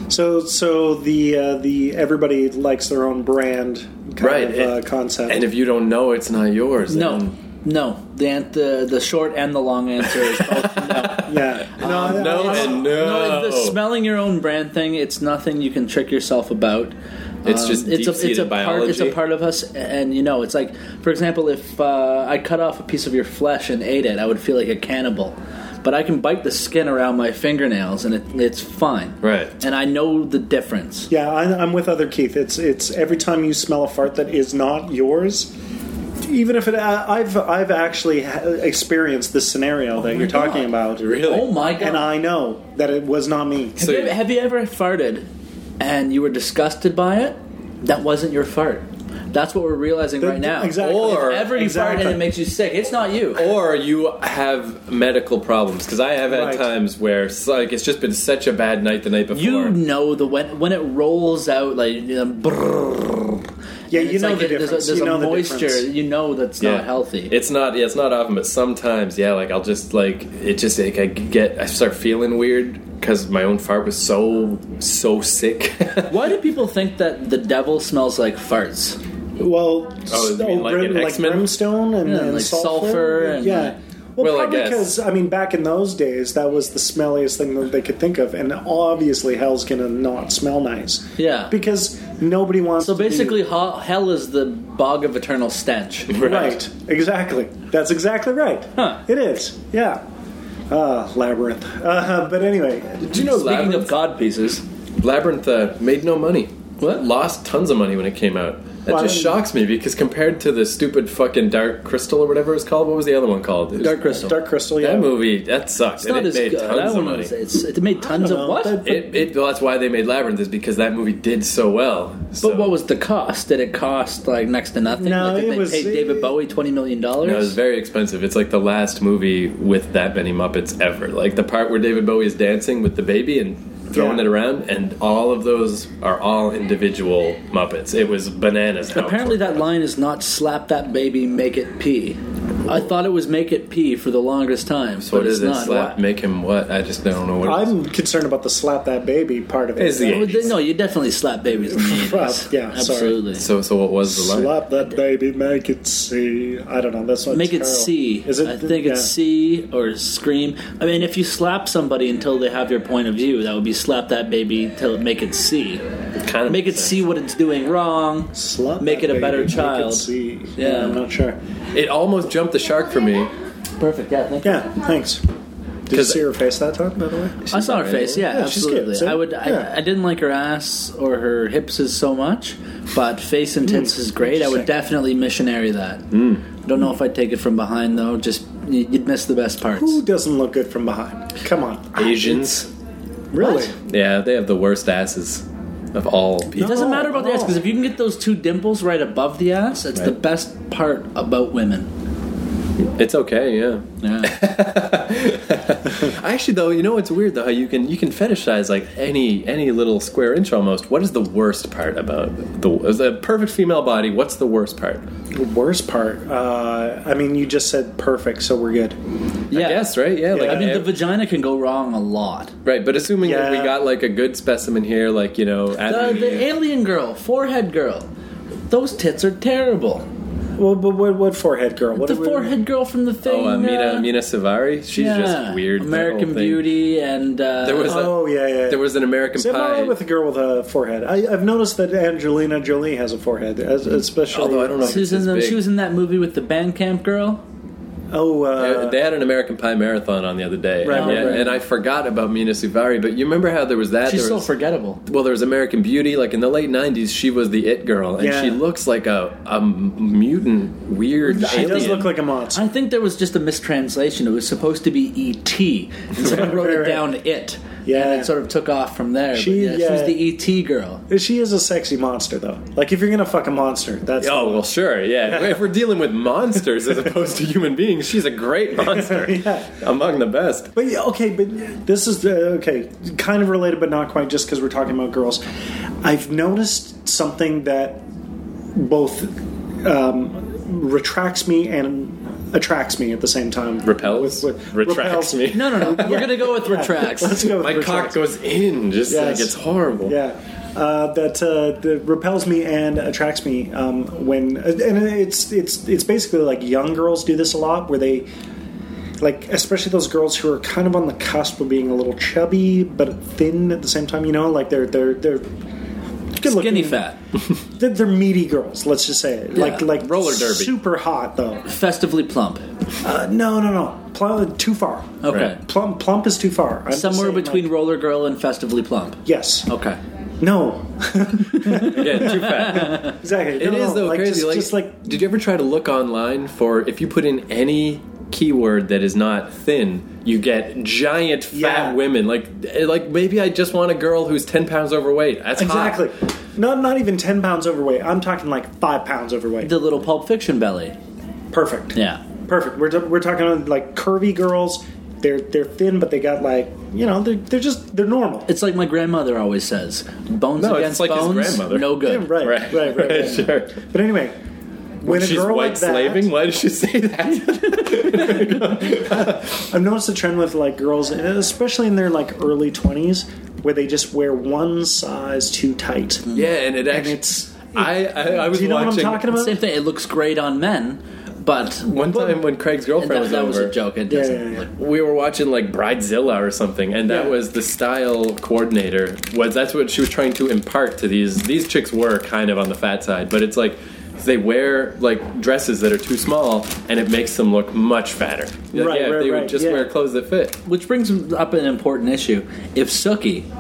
S1: So, so the uh, the everybody likes their own brand kind
S4: Right,
S1: of
S4: and-
S1: uh, concept.
S4: And if you don't know, it's not yours.
S3: No.
S4: then-
S3: No. The an- the the short and the long answer is both no.
S1: yeah, no, I-
S4: no,
S1: I-
S4: and no.
S3: No, the smelling your own brand thing, it's nothing you can trick yourself about. Um,
S4: It's just deep-seated
S3: it's a Part, it's a
S4: biology.
S3: part of us, and you know, it's like, for example, if uh, I cut off a piece of your flesh and ate it, I would feel like a cannibal. But I can bite the skin around my fingernails, and it, it's fine.
S4: Right.
S3: And I know the difference.
S1: yeah, I, I'm with other Keith. It's it's every time you smell a fart that is not yours. Even if it, I- I've I've actually ha- experienced this scenario that you're talking about,
S4: Oh Really? uh,
S3: Oh my god!
S1: and I know that it was not me.
S4: So-
S3: have, you, have you ever farted and you were disgusted by it? That wasn't your fart. That's what we're realizing
S1: The-
S3: right now.
S1: exactly.
S4: Or-
S3: If ever you
S1: Exactly.
S3: fart and it makes you sick, it's not you.
S4: or you have medical problems because I have had
S1: Right.
S4: times where it's like it's just been such a bad night the night before.
S3: You know the when when it rolls out like you know, brrrr,
S1: Yeah,
S3: and
S1: you
S3: it's
S1: know
S3: like
S1: the
S3: it- there's a,
S1: difference.
S3: there's
S1: You
S3: a
S1: know the
S3: moisture.
S1: difference.
S3: you know that's not healthy.
S4: It's not. Yeah, it's not often, but sometimes, yeah. Like I'll just like it. Just like I get. I start feeling weird because my own fart was so so sick.
S3: Why do people think that the devil smells like farts?
S1: Well,
S4: Oh, you mean like in X-Men?
S1: brimstone and,
S3: Yeah,
S1: and
S3: like
S1: sulfur,
S3: sulfur and
S1: yeah.
S3: like-
S1: well,
S4: Well, I
S1: probably
S4: guess.
S1: because I mean, back in those days, that was the smelliest thing that they could think of, and obviously, hell's gonna not smell nice.
S3: Yeah.
S1: because nobody wants.
S3: So
S1: to be-
S3: basically, hell, hell is the bog of eternal stench.
S1: right? Exactly. That's exactly right.
S3: Huh.
S1: It is. Yeah. Uh, labyrinth. Uh, but anyway,
S4: Do you
S3: Speaking
S4: know
S3: of
S4: Labyrinth?
S3: god pieces,
S4: Labyrinth uh, made no money.
S3: What?
S4: Lost tons of money when it came out. That
S1: Well, I
S4: just
S1: mean-
S4: shocks me because compared to the stupid fucking Dark Crystal or whatever it was called, what was the other one called? It was-
S3: Dark Crystal.
S1: Dark Crystal. Yeah.
S4: That movie that sucks.
S3: It's
S4: and
S3: not
S4: it
S3: as
S4: made
S3: good. I
S4: tons of
S3: wouldn't
S4: money.
S3: say It's, it made tons of
S1: know,
S3: what?
S1: but-
S4: It, it, well, that's why they made Labyrinth is because that movie did so well. So-
S3: But what was the cost? Did it cost like next to nothing?
S1: No,
S3: like, did
S1: it
S3: they
S1: was-
S3: pay David
S1: it-
S3: Bowie twenty million dollars?
S4: No, it was very expensive. It's like the last movie with that many Muppets ever. Like the part where David Bowie is dancing with the baby and throwing
S1: Yeah.
S4: it around, and all of those are all individual Muppets. It was bananas. how
S3: Apparently,
S4: important
S3: that line is not "slap that baby, make it pee." I thought it was "make it pee" for the longest time,
S4: So
S3: but
S4: what
S3: it's
S4: is it?
S3: not.
S4: Slap,
S3: Why-
S4: make him what? I just don't know what. it is.
S1: I'm concerned about the slap that baby part of it.
S4: Is the-
S3: Well, th- No, you definitely slap babies. in the 80s.
S1: yeah, sorry.
S3: absolutely.
S4: So so what was the line?
S1: Slap that baby, make it see. I don't know. That's one's
S3: Make it
S1: terrible.
S3: C.
S1: Is it?
S3: I think
S1: yeah.
S3: it's C or scream. I mean, if you slap somebody until they have your point of view, that would be slap that baby till it make it see.
S4: Kind of
S3: Make it
S4: makes
S3: see what it's doing wrong.
S1: Slap
S3: make
S1: that
S3: it a better
S1: baby, make it
S3: child.
S1: see.
S3: Yeah.
S1: I'm not sure.
S4: sense. It almost jumped the shark for me.
S3: Perfect. Yeah. Thank you.
S1: Yeah, thanks. Did you
S4: 'Cause-
S1: see her face that time, by the way?
S3: I saw her face. Yeah,
S1: Yeah, she's cute,
S3: absolutely.
S1: so-
S3: I would.
S1: yeah.
S3: I, I didn't like her ass or her hips is so much, but face and tits is great. I would
S1: Hmm. interesting. Hmm.
S3: definitely missionary that. Don't know if I'd take it from behind though. Just y- you'd miss the best parts.
S1: Who doesn't look good from behind? Come on.
S4: Asians.
S1: Really?
S4: Yeah, they have the worst asses of all people.
S3: It doesn't matter about the ass
S1: no.
S3: because if you can get those two dimples right above the ass, it's the
S4: Right.
S3: best part about women.
S4: It's okay. Yeah.
S3: Yeah.
S4: Actually, though, you know it's weird though how you can you can fetishize like any any little square inch almost. What is the worst part about the is a perfect female body? What's the worst part?
S1: The worst part. Uh, I mean, you just said perfect, so we're good.
S4: I guess right. Yeah, like
S1: Yeah.
S3: I mean, the
S4: ev-
S3: vagina can go wrong a lot.
S4: right. But assuming that we
S1: Yeah.
S4: got like a good specimen here, like you know,
S3: The,
S4: Adam-
S3: the alien girl, forehead girl. Those tits are terrible.
S1: Well, but what, what forehead girl? What
S3: The
S1: do we-
S3: forehead girl from the thing.
S4: oh, uh, Mina
S3: uh,
S4: Mina Savari. She's
S3: yeah.
S4: just weird. that whole
S3: American
S4: thing.
S3: Beauty and uh,
S4: There was
S1: Oh yeah, yeah.
S4: There was an American
S1: Same
S4: Pie.
S1: with a girl with a forehead. I, I've noticed that Angelina Jolie has a forehead, as, especially.
S4: Although I don't know. if
S3: oh, she was
S4: it's
S3: in
S4: as
S3: the,
S4: big.
S3: she was in that movie with the Bandcamp girl.
S1: Oh, uh,
S4: Uh, they had an American Pie marathon on the other day,
S1: Right,
S4: and,
S1: right,
S4: yeah,
S1: right.
S4: and I forgot about Mina Suvari. But you remember how there was that?
S3: She's
S4: there
S3: so
S4: was,
S3: forgettable.
S4: well, there was American Beauty. Like in the late '90s, she was the it girl, and
S1: Yeah.
S4: she looks like a, a mutant, weird.
S1: she does
S4: alien.
S1: look like a monster.
S3: I think there was just a mistranslation. It was supposed to be E.T. and someone wrote it
S1: Right.
S3: down it.
S1: Yeah.
S3: And it sort of took off from there. But
S1: She-
S3: yeah, she
S1: yeah.
S3: was
S4: uh,
S3: the E.T. girl.
S1: She is a sexy monster, though. Like if you're gonna fuck a monster, that's
S4: Oh well, sure, yeah. if we're dealing with monsters as opposed to human beings, she's a great monster,
S1: Yeah.
S4: among the best.
S1: But yeah, okay, but this is the okay, kind of related, but not quite, just because we're talking about girls. I've noticed something that both um, retracts me and attracts me at the same time.
S4: Repels,
S1: With- with- repels.
S4: retracts me.
S3: No, no, no. We're going to go with
S1: Let's
S3: retracts.
S1: go. With
S4: My cock
S1: retracts.
S4: goes in, just
S1: Yes.
S4: like it's horrible.
S1: Yeah. Uh, that uh, that repels me and attracts me um, when and it's it's it's basically like young girls do this a lot where they like especially those girls who are kind of on the cusp of being a little chubby but thin at the same time you know like they're they're they're good looking
S3: Skinny fat.
S1: they're, they're meaty girls let's just say it like
S3: Yeah.
S1: like
S4: Roller derby.
S1: super hot though
S3: Festively plump.
S1: uh, no no no plump, too far
S3: Okay.
S4: Right.
S1: plump plump is too far I'm just
S3: Somewhere
S1: saying,
S3: between Oh.
S1: like,
S3: roller girl and festively plump.
S1: yes
S3: Okay.
S1: no
S4: Again, too fat.
S1: exactly
S4: It is though
S1: like,
S4: crazy.
S1: just,
S4: like,
S1: just like
S4: did you ever try to look online for if you put in any keyword that is not thin, you get giant fat
S1: Yeah.
S4: women. Like, eh, like maybe I just want a girl who's ten pounds overweight. That's hot.
S1: Exactly. Not not even ten pounds overweight. I'm talking like five pounds overweight.
S3: The little Pulp Fiction belly.
S1: Perfect.
S3: Yeah.
S1: Perfect. We're, we're talking about like curvy girls. They're they're thin, but they got like you know they're they're just they're normal.
S3: It's like my grandmother always says bones
S4: No, it's
S3: against
S4: like his
S3: bones.
S4: grandmother.
S3: No
S1: Yeah,
S3: good.
S1: right, right, right, right,
S4: sure.
S1: But anyway, when a
S4: She's
S1: girl
S4: white
S1: like that,
S4: slaving. Why does she say that?
S1: I've noticed a trend with like girls, and especially in their like early twenties, where they just wear one size too tight,
S4: yeah, and Mm-hmm. it
S1: and
S4: actually.
S1: it's.
S4: I, I, I was
S1: do you know
S4: watching
S1: what I'm talking about?
S3: Same thing. It looks great on men, but
S4: one time when Craig's girlfriend
S3: that,
S4: was
S3: that
S4: over.
S3: was a joke. It
S1: Yeah,
S3: doesn't
S1: yeah, yeah.
S3: look
S4: we were watching like Bridezilla or something, and that
S1: Yeah.
S4: was the style coordinator. Was that's what she was trying to impart to these these chicks were kind of on the fat side, but it's like they wear like dresses that are too small, and it makes them look much fatter. Like,
S1: Right,
S4: yeah,
S1: right,
S4: they would
S1: right,
S4: just
S1: yeah.
S4: wear clothes that fit
S3: Which brings up an important issue. If Sookie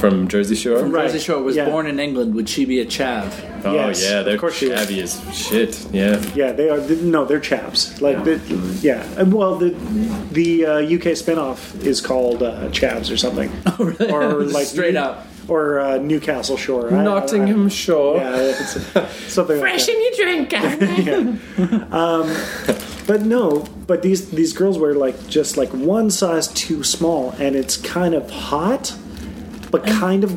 S4: from Jersey Shore.
S3: from
S1: Right.
S3: Jersey Shore was
S1: yeah.
S3: born in England, would she be a chav?
S4: Oh
S1: Yes,
S4: yeah, they're
S1: of course she is.
S4: shabby as shit. Yeah,
S1: Yeah, they are. No, they're chaps. Like, yeah. yeah. And, Well, the the uh, UK spinoff is called uh, Chavs or something,
S3: Oh, really?
S1: or
S3: Just
S1: like
S3: straight
S1: New-
S3: up.
S1: or uh, Newcastle Shore, I- I- I-
S4: Nottingham Shore.
S1: uh, yeah, it's something like that. Um,
S4: your drink, guy.
S1: But no, but these these girls were like just like one size too small, and it's kind of hot, but kind of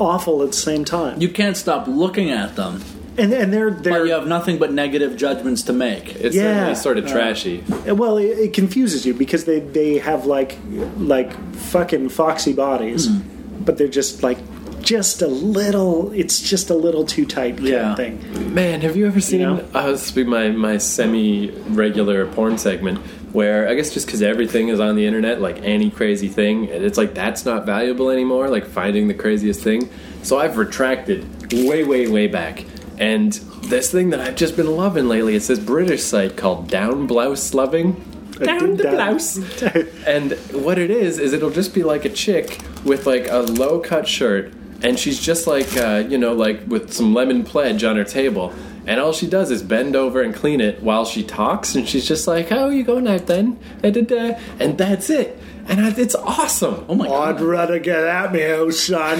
S1: awful at the same time.
S3: You can't stop looking at them,
S1: and and they're they're
S3: but you have nothing but negative judgments to make.
S4: It's
S1: Yeah. Uh,
S4: certainly sort of trashy.
S1: Well, it, it confuses you because they they have like like fucking foxy bodies,
S3: Hmm.
S1: but they're just like just a little. It's just a little too tight kind
S3: Yeah.
S1: of thing.
S4: Man, have you ever seen?
S1: know?
S4: I was be my my semi regular porn segment where I guess just because everything is on the internet, like any crazy thing, and it's like that's not valuable anymore. Like finding the craziest thing. So I've retracted way, way, way back. And this thing that I've just been loving lately, it's this British site called Down Blouse Loving. Down the
S1: Down-
S4: blouse. And what it is is it'll just be like a chick with like a low cut shirt, and she's just like uh, you know like with some lemon pledge on her table, and all she does is bend over and clean it while she talks, and she's just like, "How you going out then?" Da, da, da. And that's it. And I, it's awesome.
S3: Oh my
S1: I'd
S3: god!
S1: rather get at me, oh son.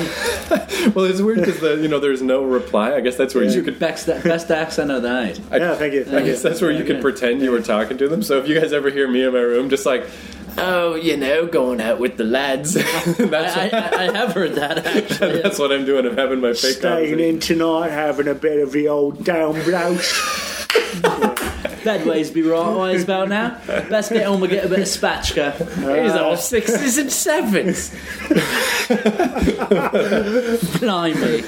S4: Well, it's weird because the you know there's no reply. I guess that's where you could.
S3: Best, best accent of the night.
S1: yeah, thank you.
S4: I
S1: Thank you.
S4: guess that's where you could pretend you were talking to them. So if you guys ever hear me in my room, just like.
S6: oh, you know, going out with the lads.
S4: that's,
S3: I, I, I have heard that actually.
S4: that's what I'm doing. I'm having my fake
S1: Staying
S4: conversation.
S1: in tonight, having a bit of the old down blouse.
S3: Bad ways be right ways about now. Best get on with get a bit of spatchka.
S6: He's
S1: Uh.
S6: off sixes and sevens.
S3: Blimey.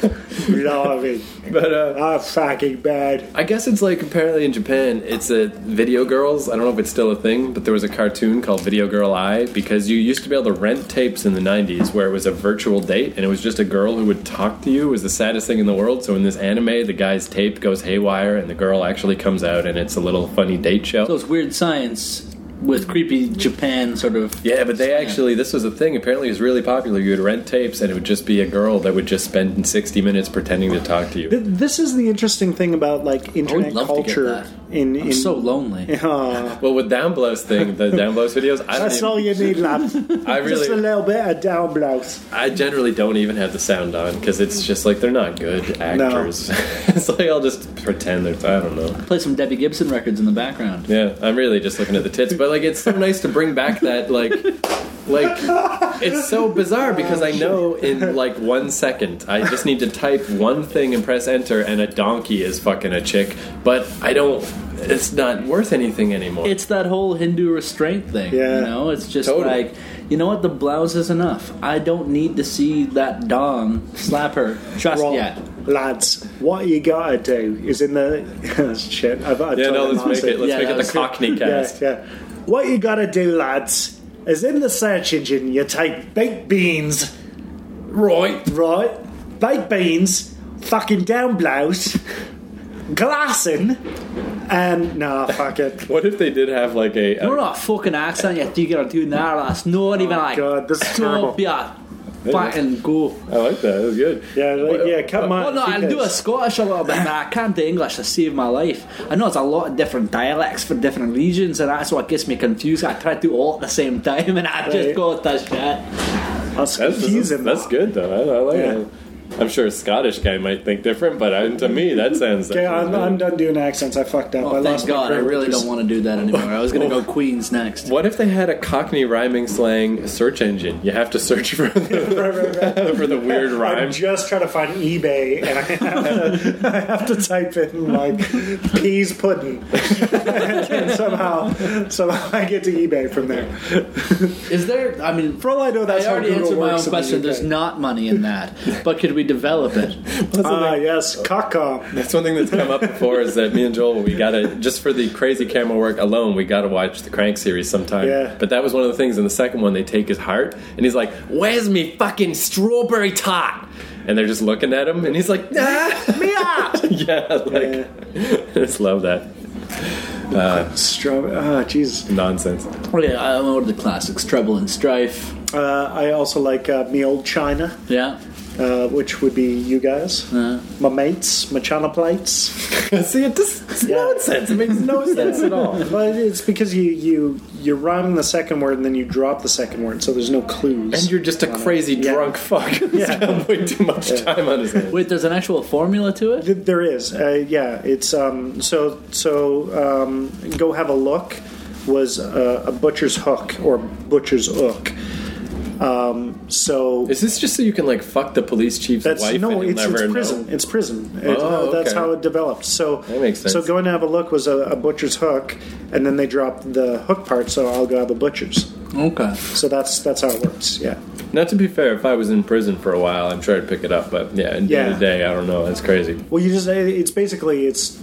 S1: Love it.
S4: But uh,
S1: Ah, fucking bad.
S4: I guess it's like apparently in Japan, it's a video girls. I don't know if it's still a thing, but there was a cartoon called Video Girl Eye because you used to be able to rent tapes in the '90s where it was a virtual date and it was just a girl who would talk to you. It was the saddest thing in the world. So in this anime, the guy's tape goes haywire and the girl actually comes out and it's a little funny date show.
S3: So it's weird science with creepy Japan sort of.
S4: yeah, but they actually this was a thing. Apparently, it was really popular. You would rent tapes, and it would just be a girl that would just spend 60 minutes pretending to talk to you.
S1: Th- This is the interesting thing about like internet
S3: love to get
S1: culture.
S3: that.
S1: In, in
S3: I'm so lonely.
S1: Ah,
S4: Well, with Down Blows thing, the Down Blows videos, I don't
S1: that's all
S4: even,
S1: you need, love.
S4: I really
S1: Just a little bit of down blouse.
S4: I generally don't even have the sound on because it's just like they're not good actors. it's like I'll just pretend they're. I don't know.
S3: Play some Debbie Gibson records in the background.
S4: Yeah, I'm really just looking at the tits, but like it's so nice to bring back that like. Like it's so bizarre because I know in like one second I just need to type one thing and press enter and a donkey is fucking a chick, but I don't. It's not worth anything anymore.
S3: It's that whole Hindu restraint thing.
S1: Yeah.
S3: You know, it's just
S4: Totally.
S3: like, you know what, the blouse is enough. I don't need to see that Dom slap her just
S1: Wrong.
S3: yet.
S1: Lads, what you gotta do is in the shit. I've got to
S4: yeah,
S1: tell
S4: no,
S1: them
S4: let's make
S1: honestly.
S4: it. Let's
S3: Yeah,
S4: make
S3: that
S4: it the
S3: was-
S4: Cockney cast.
S1: Yeah, yeah. What you gotta do, lads, is in the search engine you type baked beans,
S4: Right.
S1: right? Baked beans, fucking down blouse, glassing, and nah, fuck it.
S4: What if they did have like a, a
S3: You're not fucking accent yet, you gotta do that, that's not even like.
S1: Oh God, this is terrible.
S3: Stop ya. Fucking go.
S4: I like that. That was good.
S1: Yeah, like, yeah, come on.
S3: Well, no, I'll do a Scottish a little bit, but I can't do English to save my life. I know it's a lot of different dialects for different regions, and that's what gets me confused. I try to do all at the same time, and I
S1: Right.
S3: just go with that shit.
S1: That's,
S4: That's,
S1: confusing.
S4: that's good though. I, I like
S1: Yeah.
S4: it. I'm sure a Scottish guy might think different, but I, to me that sounds.
S1: Okay, I'm, I'm done doing accents. I fucked up. I
S3: Oh,
S1: lost
S3: thank
S1: my
S3: God, I really
S1: privileges.
S3: don't want to do that anymore. I was gonna go Queens next.
S4: What if they had a Cockney rhyming slang search engine? You have to search for the,
S1: Right, right, right.
S4: for the weird
S1: I'm
S4: rhyme.
S1: just trying to find eBay, and I have to, I have to type in like peas pudding, and somehow somehow I get to eBay from there.
S3: Is there? I mean,
S1: For all I know, that's
S3: I
S1: how
S3: already
S1: Google
S3: answered
S1: works
S3: my own
S1: in the
S3: question.
S1: UK.
S3: There's not money in that, but could we develop it?
S1: Ah, yes, Kaka.
S4: That's one thing that's come up before is that me and Joel we gotta just for the crazy camera work alone we gotta watch the Crank series sometime.
S1: Yeah.
S4: But that was one of the things in the second one they take his heart and he's like, "Where's me fucking strawberry tart?" And they're just looking at him and he's like, "Ah, me out." yeah, like I just love that.
S1: Stro- ah, jeez.
S4: nonsense.
S3: Okay, Oh, I'm over the classics: Trouble and Strife.
S1: Uh, I also like uh, me old China,
S3: Yeah.
S1: uh, which would be you guys,
S3: Uh,
S1: my mates, my China plates.
S4: See, it just it's
S1: Yeah.
S4: nonsense. It makes no sense at all.
S1: Well, it's because you you you rhyme the second word and then you drop the second word, so there's no clues.
S4: And you're just a crazy
S1: Yeah.
S4: drunk fuck.
S1: Yeah.
S4: Yeah. way too much time on his hands.
S3: wait, there's an actual formula to it.
S1: Th- there is, uh, yeah. It's um, so so. Um, Go have a look was uh, a butcher's hook or butcher's hook. Um, so
S4: Is this just so you can like fuck the police chief's
S1: That's
S4: wife
S1: no,
S4: and you'll
S1: it's,
S4: never
S1: it's
S4: know?
S1: prison. It's prison. It- uh,
S4: Oh,
S1: That's
S4: okay.
S1: how it developed. So
S4: That makes sense.
S1: So going to have a look was a, a butcher's hook, and then they dropped the hook part. So I'll go have a butcher's.
S3: Okay.
S1: So that's that's how it works. Yeah.
S4: Now, to be fair, if I was in prison for a while, I'm sure I'd pick it up. But yeah, in the end of the
S1: Yeah.
S4: day, I don't know. That's crazy.
S1: Well, you just it's basically it's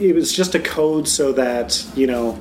S1: it was just a code so that you know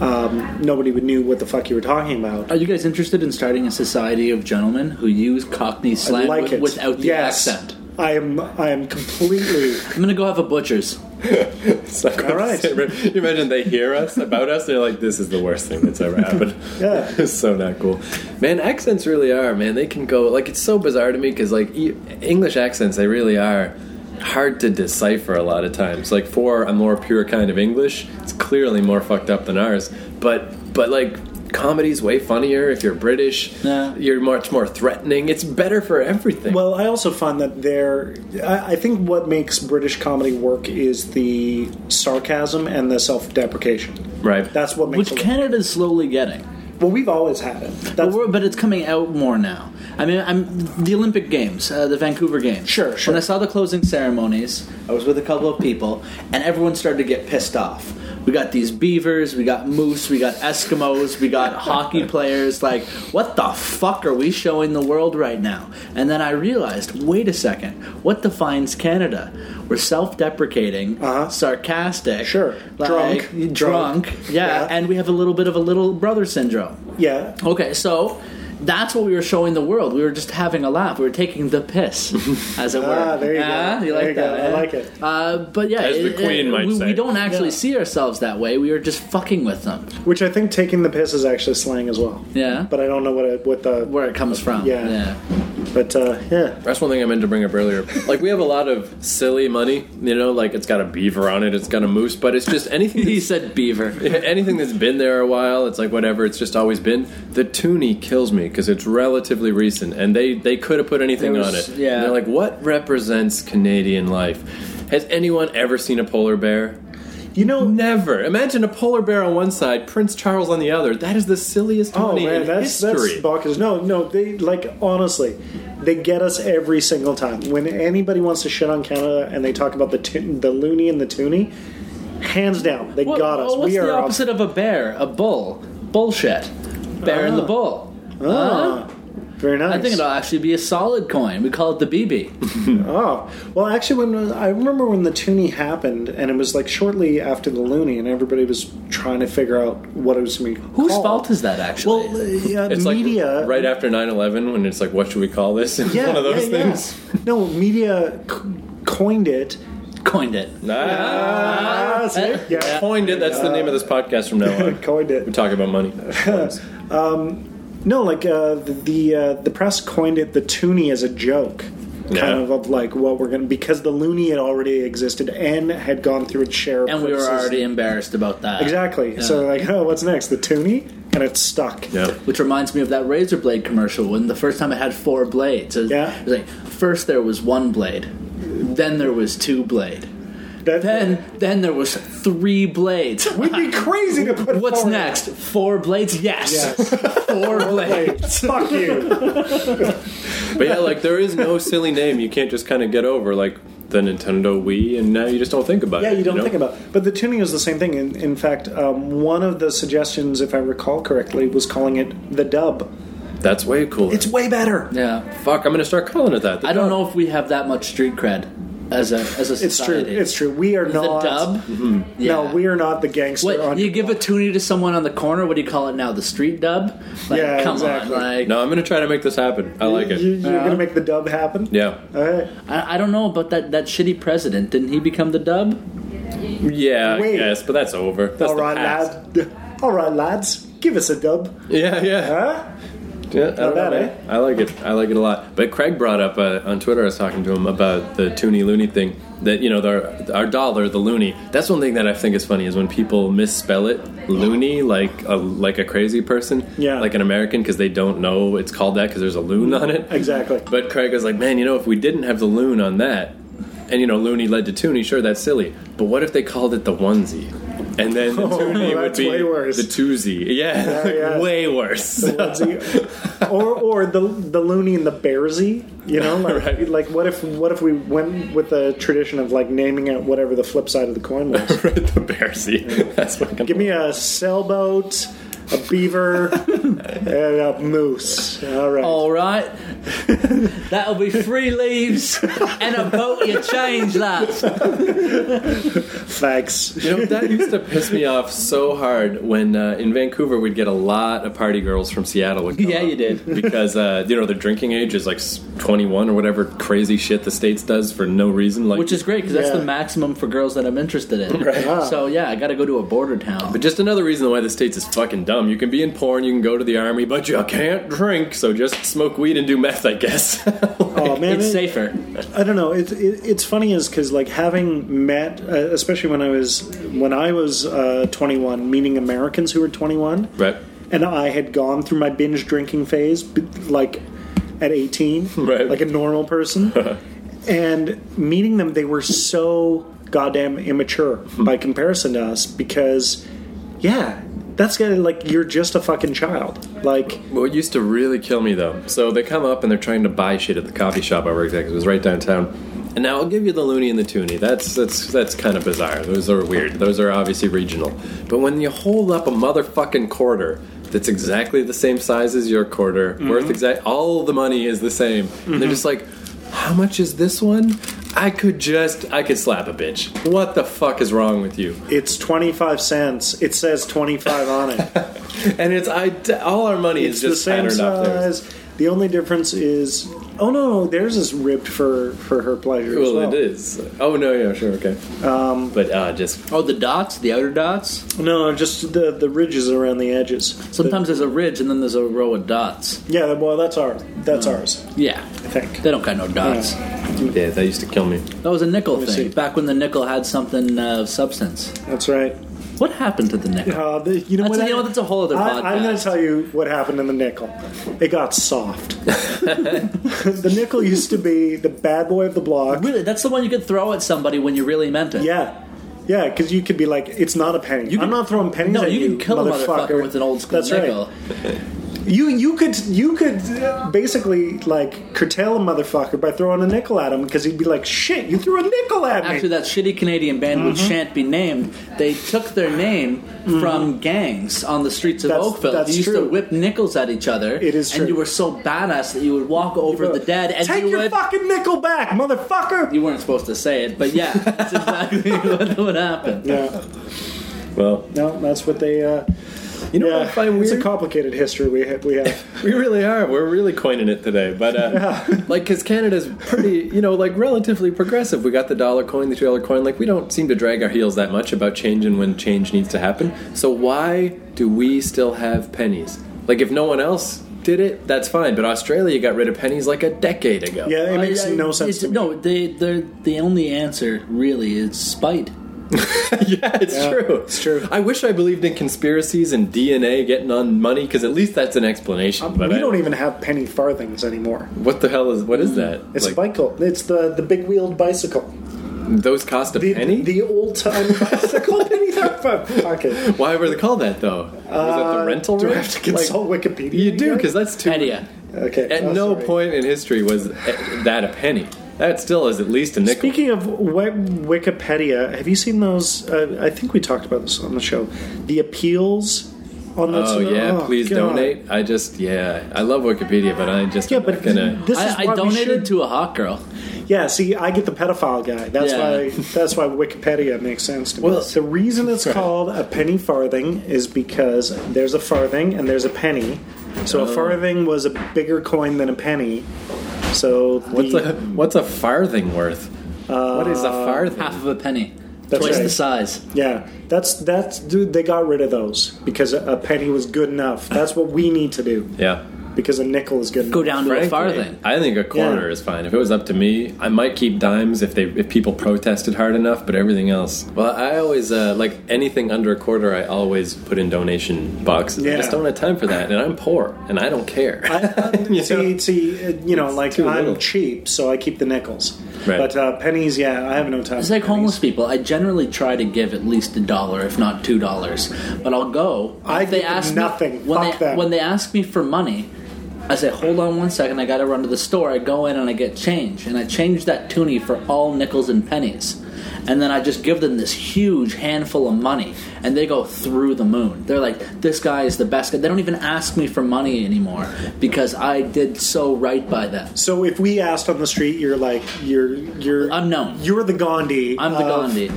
S1: um, nobody would knew what the fuck you were talking about.
S3: Are you guys interested in starting a society of gentlemen who use Cockney
S1: I
S3: slang
S1: like
S3: with-
S1: it
S3: without the
S1: Yes.
S3: accent?
S1: I am I am completely
S3: I'm gonna go have a butcher's.
S4: It's not quite
S1: All right.
S4: the same. You imagine they hear us about us, they're like, "This is the worst thing that's ever happened."
S1: Yeah.
S4: it's so not cool. Man, accents really are. Man, they can go like it's so bizarre to me because like e- English accents, they really are hard to decipher a lot of times. Like for a more pure kind of English, it's clearly more fucked up than ours. But but like comedy's way funnier if you're British.
S3: Yeah.
S4: You're much more threatening. It's better for everything.
S1: well. I also find that there. I, I think what makes British comedy work is the sarcasm and the self deprecation.
S4: right.
S1: That's what makes
S3: Which
S1: it work.
S3: Canada's slowly getting.
S1: well, we've always had it.
S3: But,
S1: That's,
S3: we're, but it's coming out more now. I mean, I'm the Olympic Games, uh, the Vancouver Games.
S1: Sure, sure.
S3: When I saw the closing ceremonies, I was with a couple of people, and everyone started to get pissed off. We got these beavers, we got moose, we got Eskimos, we got hockey players. Like, what the fuck are we showing the world right now? And then I realized, wait a second, what defines Canada? We're self-deprecating,
S1: Uh-huh.
S3: sarcastic,
S1: Sure.
S3: like,
S1: Drunk.
S3: drunk, yeah,
S1: Yeah.
S3: and we have a little bit of a little brother syndrome.
S1: yeah.
S3: Okay, so that's what we were showing the world. We were just having a laugh. We were taking the piss, as it were.
S1: Ah, there you go.
S3: Ah, You
S1: There
S3: like
S1: you go.
S3: that?
S1: I
S3: eh?
S1: like it.
S3: Uh, but yeah,
S4: As the
S3: it- it-
S4: queen might
S3: we, we
S4: say.
S3: don't actually
S1: Yeah.
S3: see ourselves that way. We are just fucking with them.
S1: Which I think taking the piss is actually slang as well.
S3: Yeah.
S1: But I don't know what it, what the
S3: Where it comes from.
S1: Yeah. but uh, yeah.
S4: That's one thing I meant to bring up earlier. Like we have a lot of silly money, you know, like it's got a beaver on it, it's got a moose, but it's just anything
S3: He
S4: that's,
S3: said beaver.
S4: anything that's been there a while. It's like whatever. It's just always been. The toonie kills me because it's relatively recent, and they they could have put anything
S3: There was-
S4: on it.
S3: yeah.
S4: And they're like, what represents Canadian life? Has anyone ever seen a polar bear?
S1: You know,
S4: Never. Imagine a polar bear on one side, Prince Charles on the other. That is the silliest
S1: Oh
S4: toonie
S1: man,
S4: in
S1: that's
S4: history.
S1: that's bonkers. No, no, they like honestly, they get us every single time. When anybody wants to shit on Canada and they talk about the toon the loony and the toonie, hands down, they
S3: What-
S1: got us.
S3: oh, what's
S1: we
S3: the
S1: are up-
S3: opposite of a bear? A bull. Bullshit. Bear and the
S1: Ah.
S3: bull.
S1: Ah, very nice.
S3: I think it'll actually be a solid coin. We call it the BB.
S1: Oh well, actually, when I remember when the toonie happened, and it was like shortly after the loony, and everybody was trying to figure out what it was going to be.
S3: Whose
S1: called.
S3: fault is that, actually?
S1: Well, uh,
S4: It's like
S1: media
S4: right after 9-11 when it's like, what should we call this? It's
S1: yeah,
S4: one of those
S1: yeah, yeah.
S4: things.
S1: No, media c- coined it.
S3: coined it.
S4: Ah,
S1: Ah, see?
S3: eh,
S1: yeah.
S4: coined it. That's the name of this podcast from now on.
S1: coined
S4: We
S1: it.
S4: talk about money.
S1: No, like uh, the the, uh, the press coined it the toonie as a joke.
S4: Yeah.
S1: Kind of of like what we're gonna because the loony had already existed and had gone through its share. of
S3: And we were
S1: criticism.
S3: already embarrassed about that.
S1: exactly. So like, oh, what's next? The toonie, and it's stuck.
S4: Yeah.
S3: Which reminds me of that razor blade commercial when the first time it had four blades. It was-
S1: Yeah.
S3: it was like first there was one blade, then there was two blade,
S1: That,
S3: then then there was three blades.
S1: we'd be crazy to put.
S3: What's
S1: forward.
S3: next? Four blades? Yes.
S1: Yes.
S3: Four blades.
S1: Like, fuck you.
S4: But yeah, like there is no silly name you can't just kind of get over, like the Nintendo Wii, and now you just don't think about
S1: Yeah,
S4: it.
S1: you don't
S4: know?
S1: think about. But the tuning is the same thing. In, in fact, um, one of the suggestions, if I recall correctly, was calling it the dub.
S4: That's way cool.
S1: It's way better.
S3: Yeah.
S4: Fuck, I'm gonna start calling it that.
S3: I don't know if we have that much street cred as a as a society.
S1: It's true. It's true. We are
S3: the
S1: not
S3: dub.
S1: No,
S3: Yeah.
S1: we are not the gangster.
S3: What
S1: on-
S3: you give a toonie to someone on the corner? What do you call it now? The street dub? Like,
S1: Yeah,
S3: come
S1: exactly.
S3: on, like
S4: No, I'm gonna try to make this happen. I like
S1: You,
S4: it.
S1: you're gonna make the dub happen.
S4: Yeah.
S1: All right.
S3: I, I don't know about that that shitty president. Didn't he become the dub?
S4: Yeah,
S1: Wait.
S4: I guess, but that's over. That's
S1: All
S4: the
S1: right,
S4: past.
S1: lad. All right, lads. Give us a dub.
S4: Yeah, yeah.
S1: Huh?
S4: Yeah, I, don't
S1: bad,
S4: know,
S1: eh?
S4: man. I like it. I like it a lot. But Craig brought up uh, on Twitter. I was talking to him about the Toonie Looney thing. That you know, the, our dollar, the loony. That's one thing that I think is funny is when people misspell it loony, like a like a crazy person,
S1: Yeah.
S4: like an American, because they don't know it's called that because there's a loon on it.
S1: Exactly.
S4: But Craig was like, man, you know, if we didn't have the loon on that, and you know, loony led to Toonie, sure, that's silly. But what if they called it the onesie? And then the
S1: Oh,
S4: Toonie would
S1: that's
S4: be
S1: way worse.
S4: the twosie. Yeah, like,
S1: yeah.
S4: way worse.
S1: Onesie. or or the the loony and the bearsy. You know, like,
S4: Right.
S1: like what if what if we went with the tradition of like naming it whatever the flip side of the coin was?
S4: right, the bear seat. That's what
S1: give me a sailboat, a beaver, and a moose. All right.
S4: Oh.
S3: All right. That'll be three leaves and a boat you change that.
S1: Thanks.
S4: You know that used to piss me off so hard when uh, in Vancouver we'd get a lot of party girls from Seattle. Would come
S3: Yeah,
S4: up.
S3: you did.
S4: because uh, you know the drinking age is like s- 21 or whatever crazy shit the states does for no reason. Like
S3: Which is great because that's
S1: Yeah.
S3: the maximum for girls that I'm interested in. So yeah, I got to go to a border town.
S4: But just another reason why the states is fucking dumb. You can be in porn, you can go to the army, but you can't drink. So just smoke weed and do meth, I guess.
S1: Oh man,
S3: It's
S1: it-
S3: safer.
S1: I don't know. It, it, it's funny is because like having met, uh, especially when I was when I was uh, 21, meeting Americans who were 21,
S4: right,
S1: and I had gone through my binge drinking phase, b- like at 18,
S4: Right.
S1: like a normal person, and meeting them, they were so goddamn immature by comparison to us because, yeah. That's gonna like you're just a fucking child. Like
S4: What used to really kill me though, so they come up and they're trying to buy shit at the coffee shop I worked at 'cause it was right downtown. And now I'll give you the loony and the toonie. That's that's that's kind of bizarre. Those are weird. Those are obviously regional. But when you hold up a motherfucking quarter that's exactly the same size as your quarter,
S1: Mm-hmm.
S4: worth exact, all the money is the same. And they're just like, how much is this one? I could just, I could slap a bitch. What the fuck is wrong with you?
S1: it's twenty five cents. It says twenty five on it.
S4: And it's, I, all our money
S1: It's
S4: is
S1: the
S4: just
S1: same
S4: patterned off there.
S1: size. The only difference is oh no, theirs is ribbed for for her pleasure. as
S4: Well,
S1: well.
S4: it is. Oh no, yeah, sure, okay. Um, but uh, just
S3: Oh, the dots, the outer dots.
S1: No, just the the ridges around the edges.
S3: Sometimes there's a ridge and then there's a row of dots.
S1: yeah, well, that's ours. That's ours.
S3: Yeah,
S1: I think.
S3: they don't got no dots.
S4: yeah, that used to kill me.
S3: That was a nickel
S1: me
S3: thing
S1: see.
S3: back when the nickel had something uh, of substance.
S1: That's right.
S3: What happened to the nickel?
S1: Uh, the, you know
S3: That's-
S1: what?
S3: you know what, that's a whole other
S1: I, I'm going
S3: podcast.
S1: to tell you what happened in the nickel. It got soft. the nickel used to be the bad boy of the block.
S3: Really, that's the one you could throw at somebody when you really meant it.
S1: Yeah. Yeah, because you could be like, it's not a penny.
S3: You
S1: I'm
S3: could-
S1: not throwing pennies
S3: No,
S1: at
S3: you,
S1: you.
S3: can kill a
S1: motherfucker.
S3: motherfucker with an old school
S1: That's
S3: nickel.
S1: Right. You you could you could uh, basically like curtail a motherfucker by throwing a nickel at him because he'd be like, shit, you threw a nickel at me.
S3: Actually, that shitty Canadian band which
S1: Mm-hmm.
S3: shan't be named, they took their name from gangs on the streets of
S1: That's-
S3: Oakville.
S1: that's
S3: they used
S1: true.
S3: to whip nickels at each other.
S1: It is true.
S3: And you were so badass that you would walk over the dead and
S1: Take
S3: you
S1: your
S3: would.
S1: fucking nickel back, motherfucker.
S3: you weren't supposed to say it, but yeah, that's exactly what would happen.
S1: Yeah,
S4: Well,
S1: no, that's what they. Uh,
S4: you know
S1: yeah,
S4: what I find
S1: it's
S4: weird?
S1: a complicated history we ha- we have.
S4: we really are. We're really coining it today, but uh, like because Canada's pretty, you know, like relatively progressive. We got the dollar coin, the two dollar coin. Like we don't seem to drag our heels that much about changing when change needs to happen. So why do we still have pennies? Like if no one else did it, that's fine. But Australia got rid of pennies like a decade ago.
S1: Yeah, it makes
S3: I- I-
S1: no sense
S3: it's-
S1: to me.
S3: No, they, they're, the only answer really is spite.
S4: yeah, it's
S1: Yeah,
S4: true.
S1: it's true.
S4: I wish I believed in conspiracies and DNA getting on money because at least that's an explanation. but
S1: Um, we
S4: I-
S1: don't even have penny farthings anymore.
S4: What the hell is what is that?
S1: It's
S4: like,
S1: bicycle. It's the, the big wheeled bicycle.
S4: those cost a
S1: The,
S4: penny.
S1: The old time bicycle penny. farthing. Fuck it.
S4: Why were they called that though? Was it the rental?
S1: Uh, Do I
S4: rate?
S1: have to
S4: Like,
S1: consult Wikipedia?
S4: you do
S1: again?
S4: because that's too.
S3: Idea.
S1: okay.
S4: At
S1: oh,
S4: no
S1: sorry.
S4: point in history was a- that a penny. That still is at least a nickel.
S1: Speaking of Wi- Wikipedia, have you seen those? Uh, I think we talked about this on the show. The appeals on that.
S4: oh yeah, please
S1: God.
S4: donate. I just yeah, I love Wikipedia, but I just
S1: Yeah,
S4: I'm
S1: but
S4: not gonna.
S1: this is
S3: I, I
S1: why we
S3: donated
S1: should-
S3: to a hot girl.
S1: Yeah, see, I get the pedophile guy. That's
S3: Yeah.
S1: why. That's why Wikipedia makes sense to me.
S4: Well-
S1: the reason it's called a penny farthing is because there's a farthing and there's a penny. So
S4: Oh.
S1: a farthing was a bigger coin than a penny. So
S4: What's
S1: the,
S4: a what's a farthing worth?
S1: Uh,
S4: what is a farthing?
S3: Half of a penny.
S1: That's
S3: Twice
S1: right.
S3: the size.
S1: yeah, that's that's dude. They got rid of those because a, a penny was good enough. That's what we need to do
S4: yeah.
S1: because a nickel is good.
S3: Go
S1: enough.
S3: down to a
S4: Frankly,
S3: farthing.
S4: I think a quarter
S1: Yeah.
S4: is fine. If it was up to me, I might keep dimes if they if people protested hard enough. But everything else, well, I always uh, like anything under a quarter. I always put in donation boxes. I
S1: Yeah.
S4: just don't have time for that, and I'm poor, and I don't care. You
S1: um, See,
S4: know?
S1: see, uh, you know, like
S4: too
S1: I'm
S4: little.
S1: cheap, so I keep the nickels.
S4: Right.
S1: But uh, pennies, yeah, I have no time.
S3: It's
S1: for
S3: like
S1: pennies.
S3: homeless people. I generally try to give at least a dollar, if not two dollars. But I'll go.
S1: I
S3: If they
S1: give
S3: ask Me,
S1: nothing.
S3: when
S1: Fuck
S3: they
S1: them.
S3: when they ask me for money, I say, "Hold on one second. I got to run to the store." I go in and I get change, and I change that toonie for all nickels and pennies. And then I just give them this huge handful of money, and they go through the moon. They're like, "This guy is the best guy." They don't even ask me for money anymore because I did so right by them.
S1: So if we asked on the street, you're like you're you're
S3: Unknown.
S1: You're the Gandhi.
S3: I'm the
S1: of-
S3: Gandhi.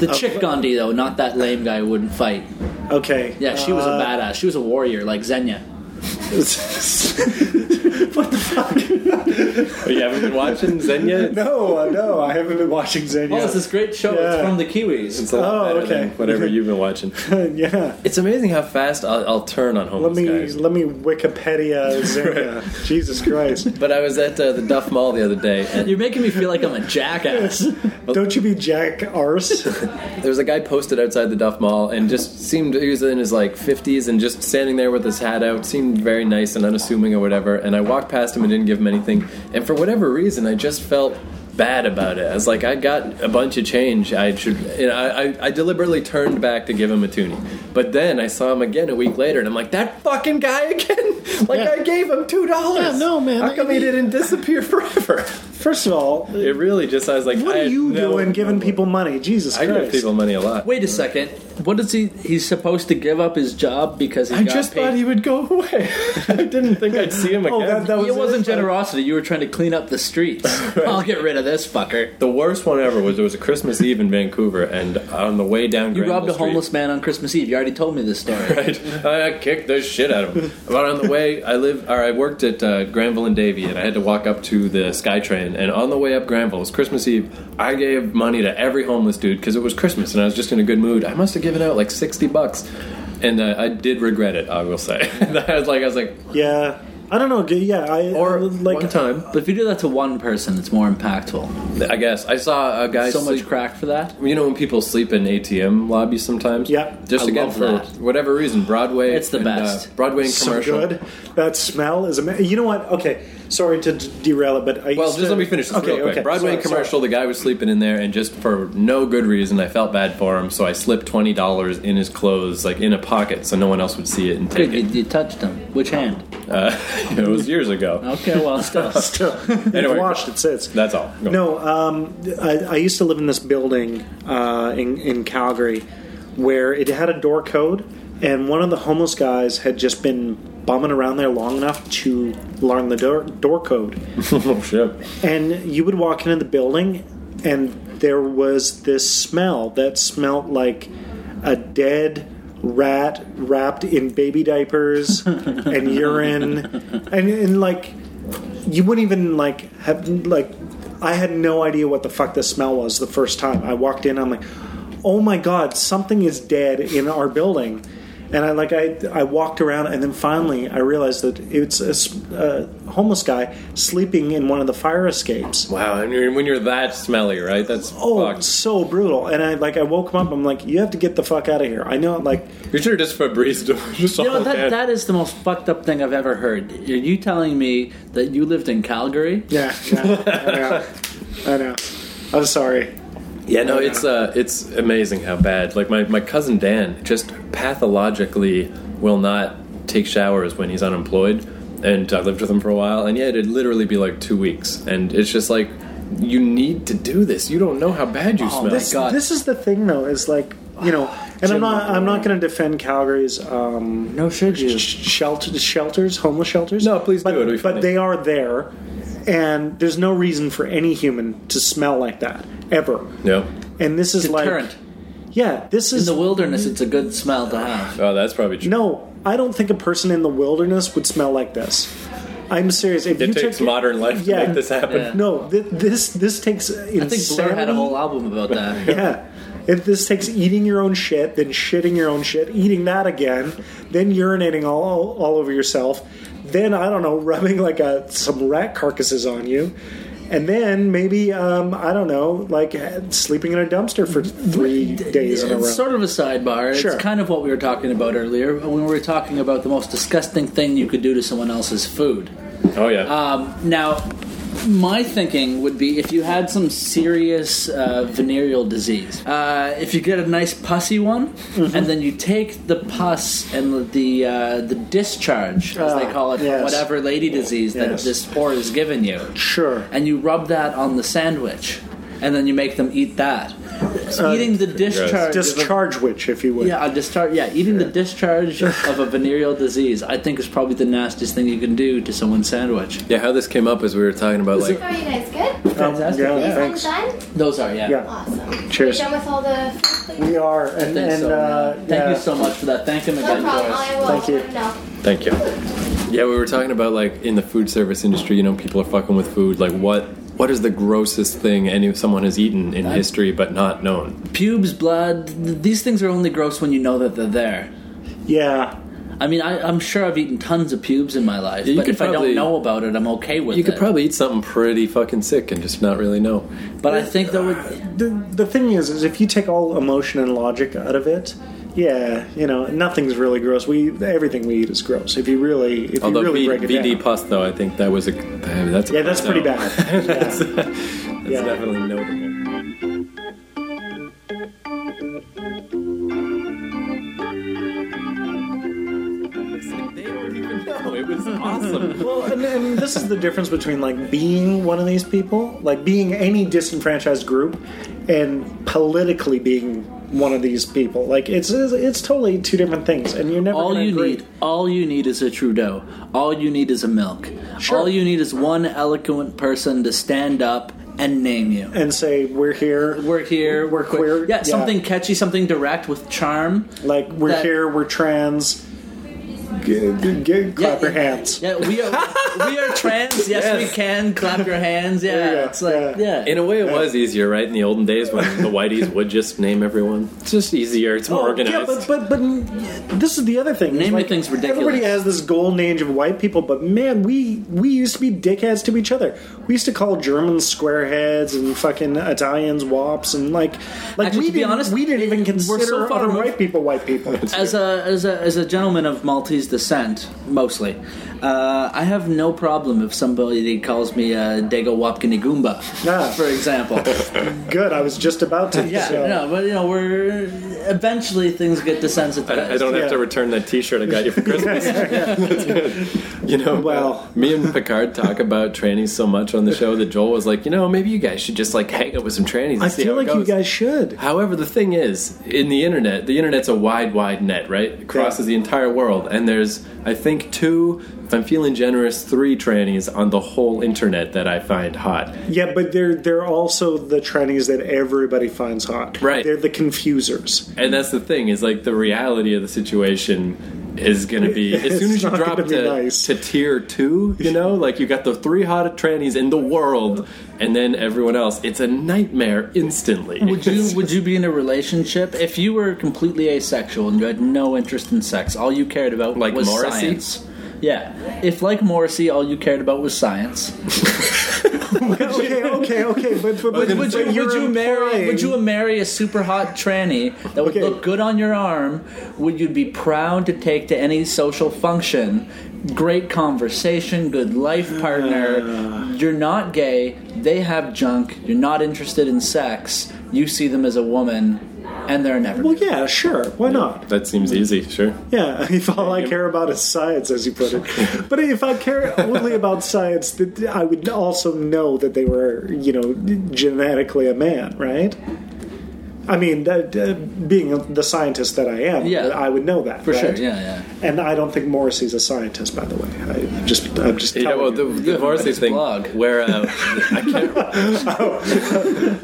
S3: The chick Gandhi, though, not that lame guy who wouldn't fight.
S1: Okay.
S3: Yeah, she was a
S1: Uh,
S3: badass. She was a warrior, like Xenia.
S4: Oh, you haven't been watching Zenya.
S1: No, uh, no, I haven't been watching Xenia.
S3: Oh, it's this great show. It's
S1: Yeah.
S3: from the Kiwis.
S4: It's a lot
S1: Oh,
S4: better
S1: okay.
S4: than whatever you've been watching.
S1: yeah.
S4: It's amazing how fast I'll, I'll turn on homeless
S1: Let me
S4: guys.
S1: let me Wikipedia Xenia. Jesus Christ!
S4: But I was at uh, the Duff Mall the other day, and
S3: You're making me feel like I'm a jackass.
S1: Don't you be Jack Arse?
S4: There was a guy posted outside the Duff Mall and just seemed he was in his like 50s and just standing there with his hat out, seemed very nice and unassuming or whatever. And I walked past him and didn't give him anything. And for whatever reason, I just felt bad about it. I was like, I got a bunch of change. I should. And I, I, I deliberately turned back to give him a toonie. But then I saw him again a week later, and I'm like, that fucking guy again. like
S1: Yeah.
S4: I gave him two dollars.
S1: Yeah, no, man.
S4: How come he didn't disappear forever?
S1: First of all,
S4: It really just. I was like,
S1: what
S4: I
S1: are
S4: had
S1: you
S4: no-
S1: doing giving people money? Jesus
S4: I give
S1: Christ.
S4: people money a lot.
S3: Wait a second. What is he? He's supposed to give up his job because he
S4: I
S3: got
S4: just
S3: paid.
S4: thought he would go away. I didn't think I'd see him again.
S1: Oh, that, that was
S3: it wasn't generosity. You were trying to clean up the streets. I'll get rid of this fucker.
S4: The worst one ever was it was a Christmas Eve in Vancouver, and on the way down,
S3: You
S4: Granville
S3: robbed a
S4: Street-
S3: homeless man on Christmas Eve. You already told me this story.
S4: Right. I kicked the shit out of him. But on the way, I live, or I worked at uh, Granville and Davie, and I had to walk up to the SkyTrain. And on the way up Granville, it was Christmas Eve. I gave money to every homeless dude because it was Christmas, and I was just in a good mood. I must have given out like sixty bucks, and uh, I did regret it. I will say. I was like, I was like,
S1: Yeah. I don't know. Yeah. I,
S4: or
S1: like,
S4: one time,
S3: But if you do that to one person, it's more impactful.
S4: I guess I saw a guy
S3: so much
S4: sleep-
S3: crack for that.
S4: You know when people sleep in ATM lobbies sometimes?
S1: Yeah.
S4: Just
S3: I
S4: again
S3: love
S4: for
S3: that.
S4: whatever reason, Broadway.
S3: It's the
S4: and, uh,
S3: best.
S4: Broadway and
S1: so
S4: commercial.
S1: good. That smell is amazing. You know what? Okay, sorry to d- derail it, but I
S4: Well,
S1: used
S4: just
S1: to-
S4: let me finish this
S1: okay,
S4: real quick.
S1: Okay,
S4: Broadway
S1: sorry,
S4: and commercial.
S1: sorry.
S4: The guy was sleeping in there, and just for no good reason, I felt bad for him, so I slipped twenty dollars in his clothes, like in a pocket, so no one else would see it and take
S3: Dude, you,
S4: it.
S3: you touched him. Which hand?
S4: Uh, it was years ago.
S3: Okay, well, still.
S1: Still,
S4: Anyway.
S1: anyway, washed it sits.
S4: That's all. Go.
S1: No, um, I, I used to live in this building uh, in, in Calgary where it had a door code, and one of the homeless guys had just been bumming around there long enough to learn the door, door code.
S4: oh shit.
S1: And you would walk into the building, and there was this smell that smelt like a dead rat wrapped in baby diapers and urine, and, and like you wouldn't even like have like I had no idea what the fuck this smell was the first time I walked in. I'm like, oh my god, something is dead in our building. And I like I I walked around and then finally I realized that it's a, s- a homeless guy sleeping in one of the fire escapes.
S4: Wow. And you're, when you're that smelly, right? That's
S1: Oh, it's
S4: fucked.
S1: so brutal! And I like I woke him up. I'm like, you have to get the fuck out of here. I know, like
S4: You should have just Febreze just
S3: You know
S4: all
S3: that
S4: that.
S3: that is the most fucked up thing I've ever heard. Are you telling me that you lived in Calgary?
S1: yeah, yeah I know, I know. I'm sorry.
S4: Yeah, no, it's uh, it's amazing how bad. Like my, my cousin Dan just pathologically will not take showers when he's unemployed, and I lived with him for a while, and yeah, it'd literally be like two weeks, and it's just like you need to do this. You don't know how bad you smell.
S1: Oh, this,
S3: God.
S1: this is the thing though is like you know and i'm not i'm not going to defend calgary's um
S3: No, should you?
S1: shelter, shelters homeless shelters
S4: No, please
S1: but,
S4: do. It'll be funny.
S1: but they are there and there's no reason for any human to smell like that ever
S4: Yeah.
S1: and this is
S3: Deterrent.
S1: like yeah this
S3: In
S1: is
S3: the wilderness, it's a good smell to have.
S4: Oh, that's probably true.
S1: no i don't think a person in the wilderness would smell like this i'm serious if you
S4: it takes
S1: took-
S4: modern life
S1: Yeah.
S4: to make this happen.
S3: Yeah.
S1: no thi- this this takes insanity.
S3: I think Blur had a whole album about that.
S1: Yeah. If this takes eating your own shit, then shitting your own shit, eating that again, then urinating all all over yourself, then I don't know, rubbing like a some rat carcasses on you, and then maybe um, I don't know, like uh, sleeping in a dumpster for three days in a row.
S3: It's sort of a sidebar.
S1: Sure.
S3: It's kind of what we were talking about earlier when we were talking about the most disgusting thing you could do to someone else's food.
S4: Oh yeah.
S1: Uh,
S3: Um, now, my thinking would be if you had some serious uh, venereal disease, uh, if you get a nice pussy one,
S1: Mm-hmm.
S3: and then you take the pus and the uh, the discharge, as they
S1: Ah,
S3: call it, from
S1: yes.
S3: whatever lady disease that
S1: Yes.
S3: this whore has given you,
S1: sure.
S3: and you rub that on the sandwich, and then you make them eat that.
S1: Uh,
S3: Eating the discharge. of a-
S1: Discharge which, if you would.
S3: yeah, a discharge. Yeah, eating the discharge of a venereal disease, I think, is probably the nastiest thing you can do to someone's sandwich.
S4: yeah, how this came up is we were talking about like
S5: Are you guys good?
S1: Um,
S3: Fantastic.
S1: yeah,
S5: These
S1: thanks.
S5: ones done?
S3: Those are, yeah.
S1: Yeah.
S5: Awesome.
S1: Cheers.
S5: Are you done with all the food, please?
S1: We are, and,
S3: Thanks
S1: and
S3: so
S1: uh,
S3: much. Thank
S1: yeah.
S3: you so much for that. Thank him
S5: No
S3: again,
S5: problem.
S3: Doris.
S5: I will.
S1: Thank you.
S5: Let 'em know.
S4: Thank you. Yeah, we were talking about like in the food service industry, you know, people are fucking with food. Like, what what is the grossest thing any someone has eaten in history but not known?
S3: Pubes, blood, th- these things are only gross when you know that they're there.
S1: yeah.
S3: I mean, I, I'm sure I've eaten tons of pubes in my life,
S4: You
S3: but
S4: could
S3: if I
S4: probably-
S3: don't know about it, I'm okay with
S4: You could
S3: it.
S4: probably eat something pretty fucking sick and just not really know.
S3: but I think that would.
S1: the, the thing is, is if you take all emotion and logic out of it, yeah, you know, nothing's really gross. We everything we eat is gross. If you really, if
S4: Although
S1: you really
S4: V-
S1: break it
S4: VD
S1: down,
S4: pus, though, I think that was a I mean, that's a
S1: yeah, that's pretty
S4: no.
S1: bad. Yeah.
S4: That's
S1: Yeah.
S4: definitely notable. It's like they don't even know. It was awesome.
S1: Well, and, and this is the difference between like being one of these people, like being any disenfranchised group, and politically being one of these people. Like it's it's, it's totally two different things, and you're never
S3: all
S1: gonna
S3: you
S1: agree.
S3: need all you need is a trudeau all you need is a milk
S1: Sure.
S3: all you need is one eloquent person to stand up and name you
S1: and say we're here,
S3: we're here we're, queer.
S1: queer,
S3: yeah,
S1: yeah.
S3: something catchy something direct with charm
S1: like we're
S3: That-
S1: here, we're trans. G- g- g-
S3: Yeah,
S1: clap your
S3: yeah,
S1: hands.
S3: yeah we are we are trans yes, we can clap your hands yeah
S1: you go,
S3: it's like
S1: yeah.
S3: yeah,
S4: In a way, it was easier, right? In the olden days when the whiteys would just name everyone. It's just easier. It's more
S1: Oh,
S4: organized.
S1: Yeah, but but but yeah, this is the other thing. It's
S3: Naming things ridiculous.
S1: Everybody has this golden age of white people, but man, we we used to be dickheads to each other. We used to call Germans squareheads and fucking Italians wops and like like
S3: Actually,
S1: we
S3: to be
S1: didn't,
S3: honest,
S1: we didn't even
S3: so
S1: consider
S3: far
S1: other
S3: removed-
S1: white people white people.
S3: as a as a as a gentleman of Maltese descent, mostly, uh, I have no problem if somebody calls me a Dago Wapkini Goomba,
S1: Ah.
S3: for example.
S1: Good, I was just about to.
S3: yeah,
S1: so-
S3: no, but you know, we're eventually things get desensitized.
S4: I, I don't have
S1: Yeah.
S4: to return that T-shirt I got you for Christmas. That's good. You know,
S1: Well.
S4: me and Picard talk about trannies so much on the show that Joel was like, you know, maybe you guys should just like hang out with some trannies. And
S1: I
S4: see
S1: feel
S4: how
S1: like
S4: it
S1: you
S4: goes.
S1: guys should.
S4: However, the thing is, in the internet, the internet's a wide, wide net, right? It crosses the entire world, and there's, I think, two, if I'm feeling generous, three trannies on the whole internet that I find hot.
S1: Yeah, but they're they're also the trannies that everybody finds hot.
S4: Right.
S1: They're the confusers.
S4: And that's the thing is like the reality of the situation is going to be as soon as
S1: It's
S4: you
S1: not
S4: drop
S1: gonna be
S4: to,
S1: nice.
S4: to tier two, you know, like you got the three hottest trannies in the world, and then everyone else. It's a nightmare instantly.
S3: Would you would you be in a relationship if you were completely asexual and you had no interest in sex? All you cared about
S4: Like
S3: was
S4: Morrissey?
S3: science. Yeah, if like Morrissey, all you cared about was science,
S1: okay, okay, okay. But, but, but,
S4: Would-
S3: would you,
S1: but you're
S3: would you marry
S1: implying-
S3: would you marry a super hot tranny that would
S1: Okay.
S3: look good on your arm would you be proud to take to any social function great conversation good life partner
S1: Ah.
S3: you're not gay they have junk you're not interested in sex you see them as a woman and they're never
S1: Well, Oh, yeah, sure. Why not?
S4: That seems easy, sure.
S1: Yeah, if all I care about is science, as you put it. But if I care only about science, th- I would also know that they were, you know, genetically a man, right? I mean, that, uh, being the scientist that I am,
S3: Yeah.
S1: I would know that
S3: for sure
S1: right?
S3: yeah yeah
S1: And I don't think Morrissey's a scientist, by the way. I just, I'm just
S4: Yeah,
S1: telling
S4: well, the,
S1: you.
S4: the Morrissey
S3: It's
S4: thing,
S3: blog.
S4: where uh, I can't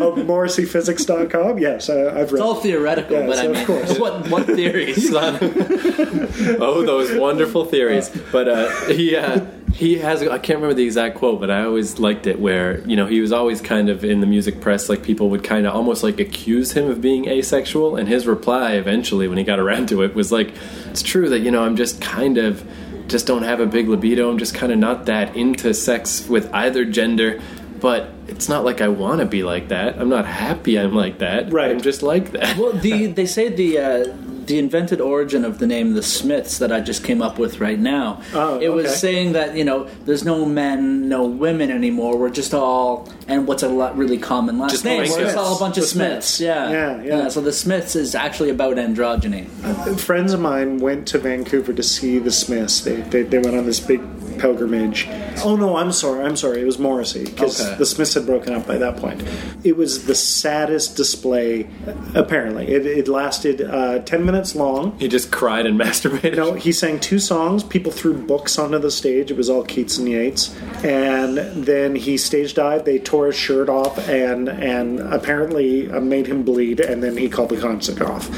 S1: Oh, MorrisseyPhysics.com. Yes, I, I've read.
S3: it's all theoretical
S1: Yeah,
S3: but
S1: so
S3: i
S1: of
S3: mean
S1: course.
S3: what what theories
S4: He's on- oh, those wonderful theories. But uh, he uh, he has I can't remember the exact quote, but I always liked it where you know he was always kind of in the music press, like people would kind of almost like accuse him of being asexual, and his reply eventually when he got around to it was like, "It's true that you know I'm just kind of." Just don't have a big libido. I'm just kind of not that into sex with either gender, but it's not like I want to be like that. I'm not happy I'm like that.
S1: Right.
S4: I'm just like that.
S3: Well, the they say the uh, the invented origin of the name the Smiths that I just came up with right now.
S1: Oh,
S3: it
S1: okay.
S3: was saying that you know there's no men, no women anymore. We're just all and what's a lot really common last
S4: Just
S3: name?
S4: Smiths.
S3: We're just all a bunch of
S1: The Smiths.
S3: Smiths. Yeah.
S1: Yeah, yeah.
S3: So the Smiths is actually about androgyny.
S1: friends of mine went to Vancouver to see the Smiths. They they, they went on this big pilgrimage. Oh no, I'm sorry, I'm sorry. It was Morrissey because
S3: Okay.
S1: the Smiths had broken up by that point. It was the saddest display. Apparently, it, it lasted uh, ten minutes long.
S4: He just cried and masturbated.
S1: No, he sang two songs. People threw books onto the stage. It was all Keats and Yeats. And then he stage dived. They tore his shirt off and and apparently uh, made him bleed. And then he called the concert off.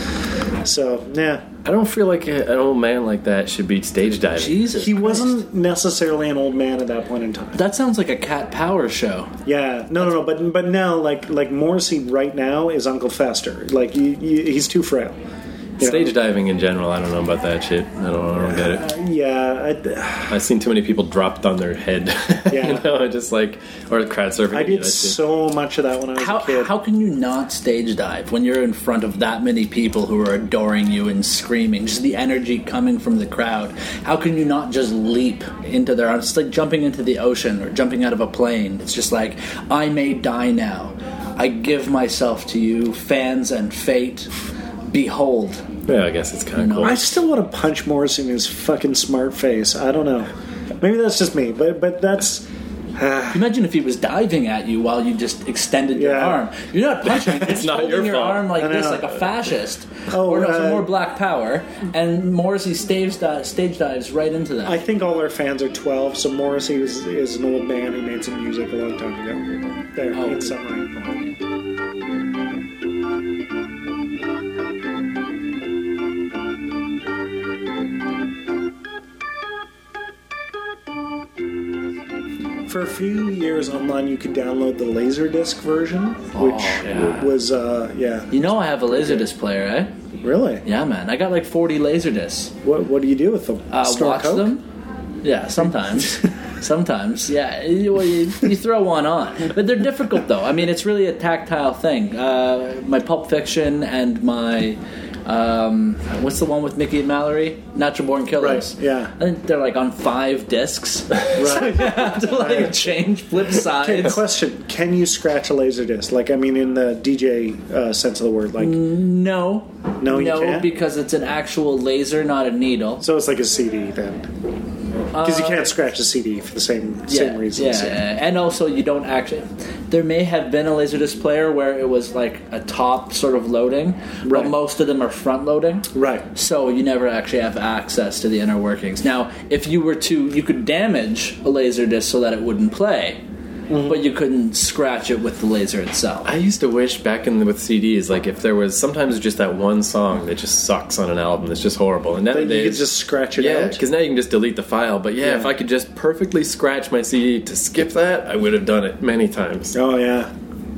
S1: So yeah,
S4: I don't feel like a, an old man like that should be stage diving.
S3: Jesus.
S1: He
S3: Christ.
S1: wasn't necessarily an old man at that point in time.
S3: That sounds like a cat power show.
S1: Yeah, no, no, no. But but now, like like Morrissey right now is Uncle Fester. Like you, you, he's too frail. Yeah.
S4: Stage diving in general, I don't know about that shit. I don't, I don't get it.
S1: Yeah,
S4: I've seen too many people dropped on their head.
S1: Yeah.
S4: you know, just like or crowd surfing.
S1: I, I
S4: you know,
S1: did
S4: that shit.
S1: so much of that when I was
S3: How,
S1: a kid.
S3: how can you not stage dive when you're in front of that many people who are adoring you and screaming? Just the energy coming from the crowd. How can you not just leap into their arms? It's like jumping into the ocean or jumping out of a plane. It's just like, I may die now. I give myself to you, fans and fate. Behold.
S4: yeah, I guess it's kind of cool.
S1: I still want to punch Morris in his fucking smart face. I don't know. Maybe that's just me, but but that's
S3: Imagine if he was diving at you while you just extended your
S1: Yeah.
S3: arm. You're not punching. It's
S4: It's not
S3: holding
S4: your
S3: your
S4: fault.
S3: arm like
S1: I
S3: this,
S1: know.
S3: like a fascist.
S1: Oh,
S3: or no, some
S1: uh,
S3: more black power. And Morrissey stage, di- stage dives right into that.
S1: I think all our fans are 12, so Morrissey is, is an old man who made some music a long time ago. There,
S3: Oh.
S1: in summary. For a few years online, you could download the Laserdisc version,
S3: Oh,
S1: which
S4: yeah.
S1: was, uh, yeah,
S3: you know I have a Laserdisc player, right?
S1: really.
S3: Yeah, man. I got like 40 Laserdiscs.
S1: What, what do you do with them?
S3: Uh,
S1: Snort
S3: watch
S1: coke?
S3: them? Yeah, sometimes. sometimes, yeah. You, well, you, you throw one on. But they're difficult, though. I mean, it's really a tactile thing. Uh, my Pulp Fiction and my. Um, what's the one with Mickey and Mallory? Natural Born Killers.
S1: Right, yeah.
S3: I think they're like on five discs.
S1: Right.
S3: You have to like change, flip
S1: Okay,
S3: sides.
S1: question: Can you scratch a laser disc? Like, I mean, in the DJ uh, sense of the word, like,
S4: Mm.
S3: No.
S1: No, you
S3: No,
S1: can't?
S3: because it's an actual laser, not a needle.
S1: so it's like a CD then, because you
S4: Uh,
S1: can't scratch a CD for the same same reasons.
S3: Yeah, yeah, and also you don't actually. There may have been a Laserdisc player where it was like a top sort of loading,
S1: Right.
S3: but most of them are front loading.
S1: Right.
S3: So you never actually have access to the inner workings. Now, if you were to, you could damage a Laserdisc so that it wouldn't play,
S1: Mm-hmm.
S3: but you couldn't scratch it with the laser itself.
S4: I used to wish back in the, with CDs, like if there was sometimes just that one song that just sucks on an album that's just horrible, and
S1: That you
S4: nowadays
S1: could just scratch it
S4: yeah,
S1: out.
S4: because now you can just delete the file. But yeah,
S1: Yeah.
S4: if I could just perfectly scratch my CD to skip that, I would have done it many times.
S1: Oh yeah,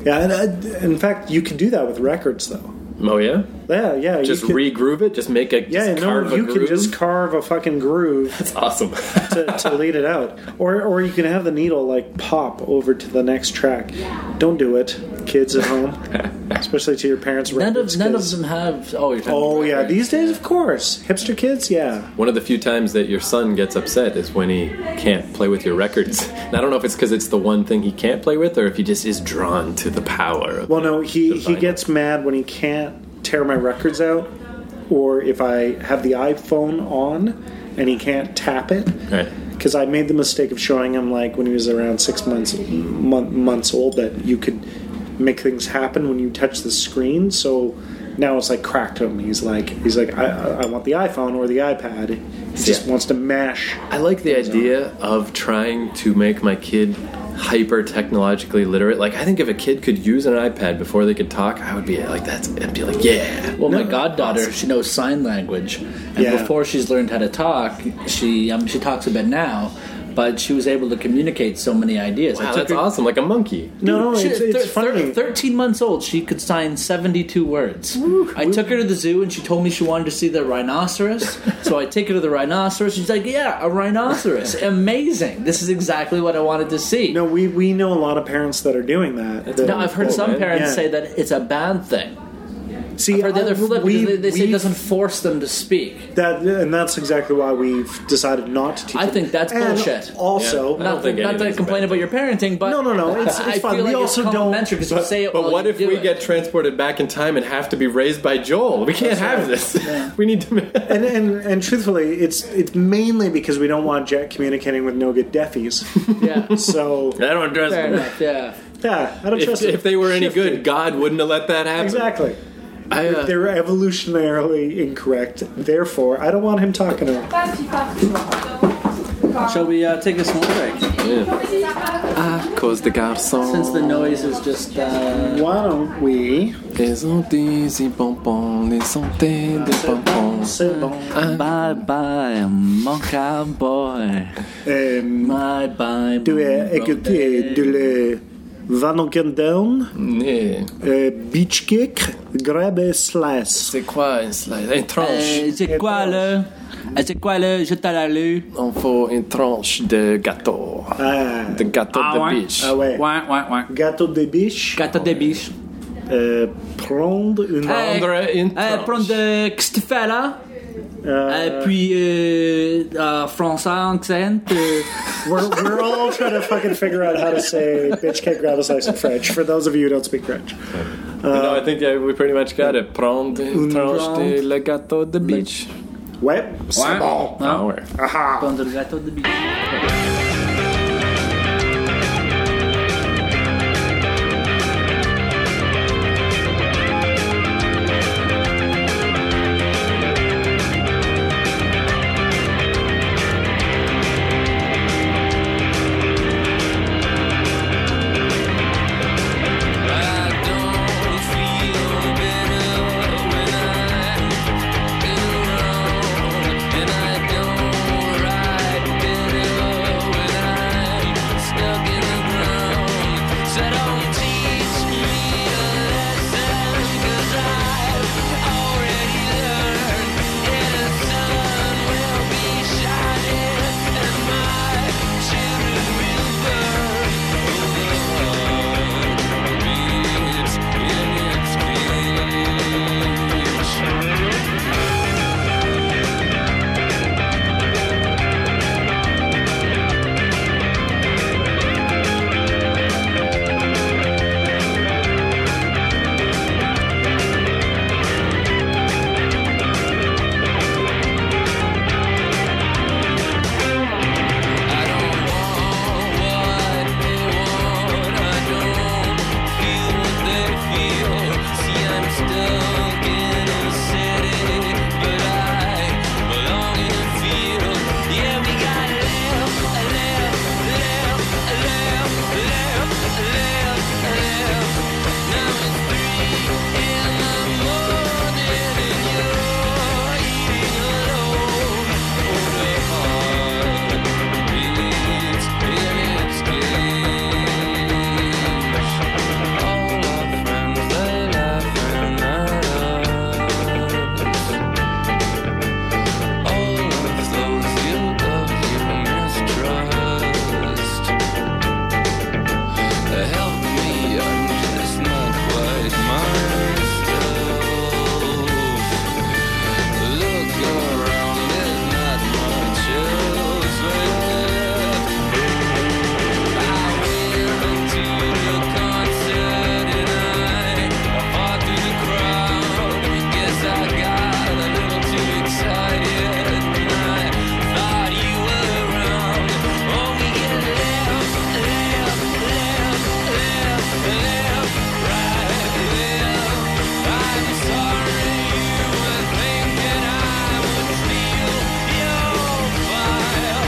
S1: yeah. And uh, in fact, you can do that with records though.
S4: Oh yeah,
S1: Yeah, yeah. you
S4: just
S1: can-
S4: regroove it, just make a just
S1: Yeah, no,
S4: carve a
S1: you can
S4: groove.
S1: just carve a fucking groove
S4: That's awesome.
S1: to, to lead it out, or or you can have the needle like pop over to the next track. Don't do it, kids at home, especially to your parents.
S3: None
S1: records,
S3: of none
S1: 'cause-
S3: of them have. Oh, you're talking
S1: Oh
S3: about
S1: yeah,
S3: records.
S1: these days, of course, hipster kids. Yeah,
S4: One of the few times that your son gets upset is when he can't play with your records. And I don't know if it's because it's the one thing he can't play with, or if he just is drawn to the power. Of
S1: Well, no, he, he
S4: Design.
S1: gets mad when he can't tear my records out, or if I have the iPhone on and he can't tap it.
S4: Right.
S1: Because I made the mistake of showing him, like when he was around six months mon- months old, that you could make things happen when you touch the screen. So now it's like cracked to him. He's like, he's like, I, I- I want the iPhone or the iPad. He just
S4: Yeah.
S1: wants to mash.
S4: I like the idea of trying to make my kid hyper technologically literate. Like, I think if a kid could use an iPad before they could talk, I would be like, that's, I'd be like, yeah.
S3: Well, my goddaughter, she knows sign language, and
S1: Yeah.
S3: before she's learned how to talk, she um, she talks a bit now, but she was able to communicate so many ideas. I
S4: Wow,
S3: took
S4: that's
S3: her-
S4: awesome. Like a monkey.
S1: No, no,
S3: She-
S1: it's,
S3: thir-
S1: it's
S3: thir-
S1: funny.
S3: Thirteen months old, she could sign seventy-two words. I took her to the zoo, and she told me she wanted to see the rhinoceros. so I take her to the rhinoceros. She's like, "Yeah, a rhinoceros! Amazing! This is exactly what I wanted to see."
S1: No, we, we know a lot of parents that are doing that.
S3: Now, I've heard
S4: cool,
S3: some
S4: man.
S3: parents
S1: Yeah.
S3: say that it's a bad thing.
S1: See,
S3: Or the other
S1: I-
S3: flip,
S1: we-
S3: because they, they say it
S1: we
S3: doesn't force them to speak.
S1: That and that's exactly why we've decided not to teach.
S3: I
S1: them.
S3: think that's
S1: And
S3: bullshit.
S1: Also,
S4: Yeah. I
S3: not,
S4: don't think
S3: not that I
S4: anything's
S3: complain
S4: bad.
S3: about your parenting, but
S1: No, no, no, it's- it's
S3: I
S1: fine.
S3: Feel
S1: We
S3: like
S1: also
S3: it's
S1: don't-
S3: because you say it.
S4: But
S3: while
S4: what
S3: you
S4: if
S3: do
S4: we
S3: it.
S4: get transported back in time and have to be raised by Joel? We can't have this. we need to.
S1: and, and and truthfully, it's it's mainly because we don't want Jack communicating with no good defies.
S3: Yeah,
S1: so
S4: I don't trust
S3: fair
S4: them.
S3: enough. Yeah,
S1: yeah, I don't
S4: If,
S1: trust it.
S4: if they were any good, God wouldn't have let that happen.
S1: exactly.
S4: I, uh,
S1: They're evolutionarily incorrect. Therefore, I don't want him talking to them.
S5: Pas, puis pas.
S3: shall we uh, take a small break
S4: ah, Cause the garçon
S3: since the noise is just uh,
S1: Why don't we?
S4: les ont des bonbons, les santé des bonbons.
S1: Sit down.
S4: Ah.
S3: bye bye, mon cowboy.
S1: Um,
S3: Bye bye.
S1: do a écouter de le Vanogen down,
S4: Yeah.
S1: uh, beach kick, grab a slice.
S4: C'est quoi un slice Une tranche.
S7: Euh, c'est quoi là Euh, C'est quoi là Je t'ai la lue.
S4: On faut une tranche de gâteau.
S1: Ah,
S4: De gâteau
S7: Ah
S4: de
S7: ouais?
S4: biche.
S1: ah ouais.
S7: Ouais, ouais, ouais.
S1: Gâteau de biche,
S7: Gâteau de biche.
S1: euh, prendre une.
S7: Hey.
S4: Prendre une
S7: Euh,
S4: tranche.
S7: prendre de. Qu'est-ce que tu fais là
S1: Uh,
S7: Et puis, euh, euh, français, accent. euh,
S1: we're, we're all trying to fucking figure out how to say bitch can't grab a slice in French for those of you who don't speak French.
S4: no, I think yeah, we pretty much got it. Prendre une tranche
S7: tranche.
S4: de le gâteau de biche.
S1: Ouais,
S7: ouais.
S4: Ah
S7: Non?
S4: ouais.
S7: Prendre le gâteau de biche.
S3: Help me, I'm just not quite myself. Look around, there's not much else left. I went to the concert and I fought through the crowd. Guess I got a little too excited. And I thought you were around. Oh, we get left, left, left, left, left, right, left. I'm sorry you were thinking I would steal your fire.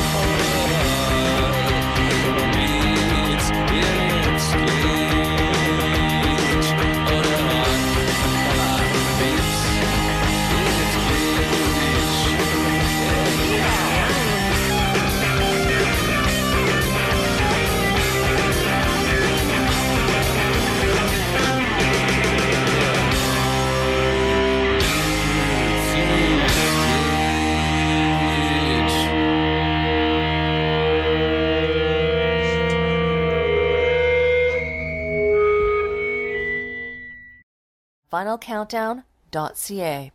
S3: It's getting strange. On and on, my beats. It's getting strange.
S8: finalcountdown.ca.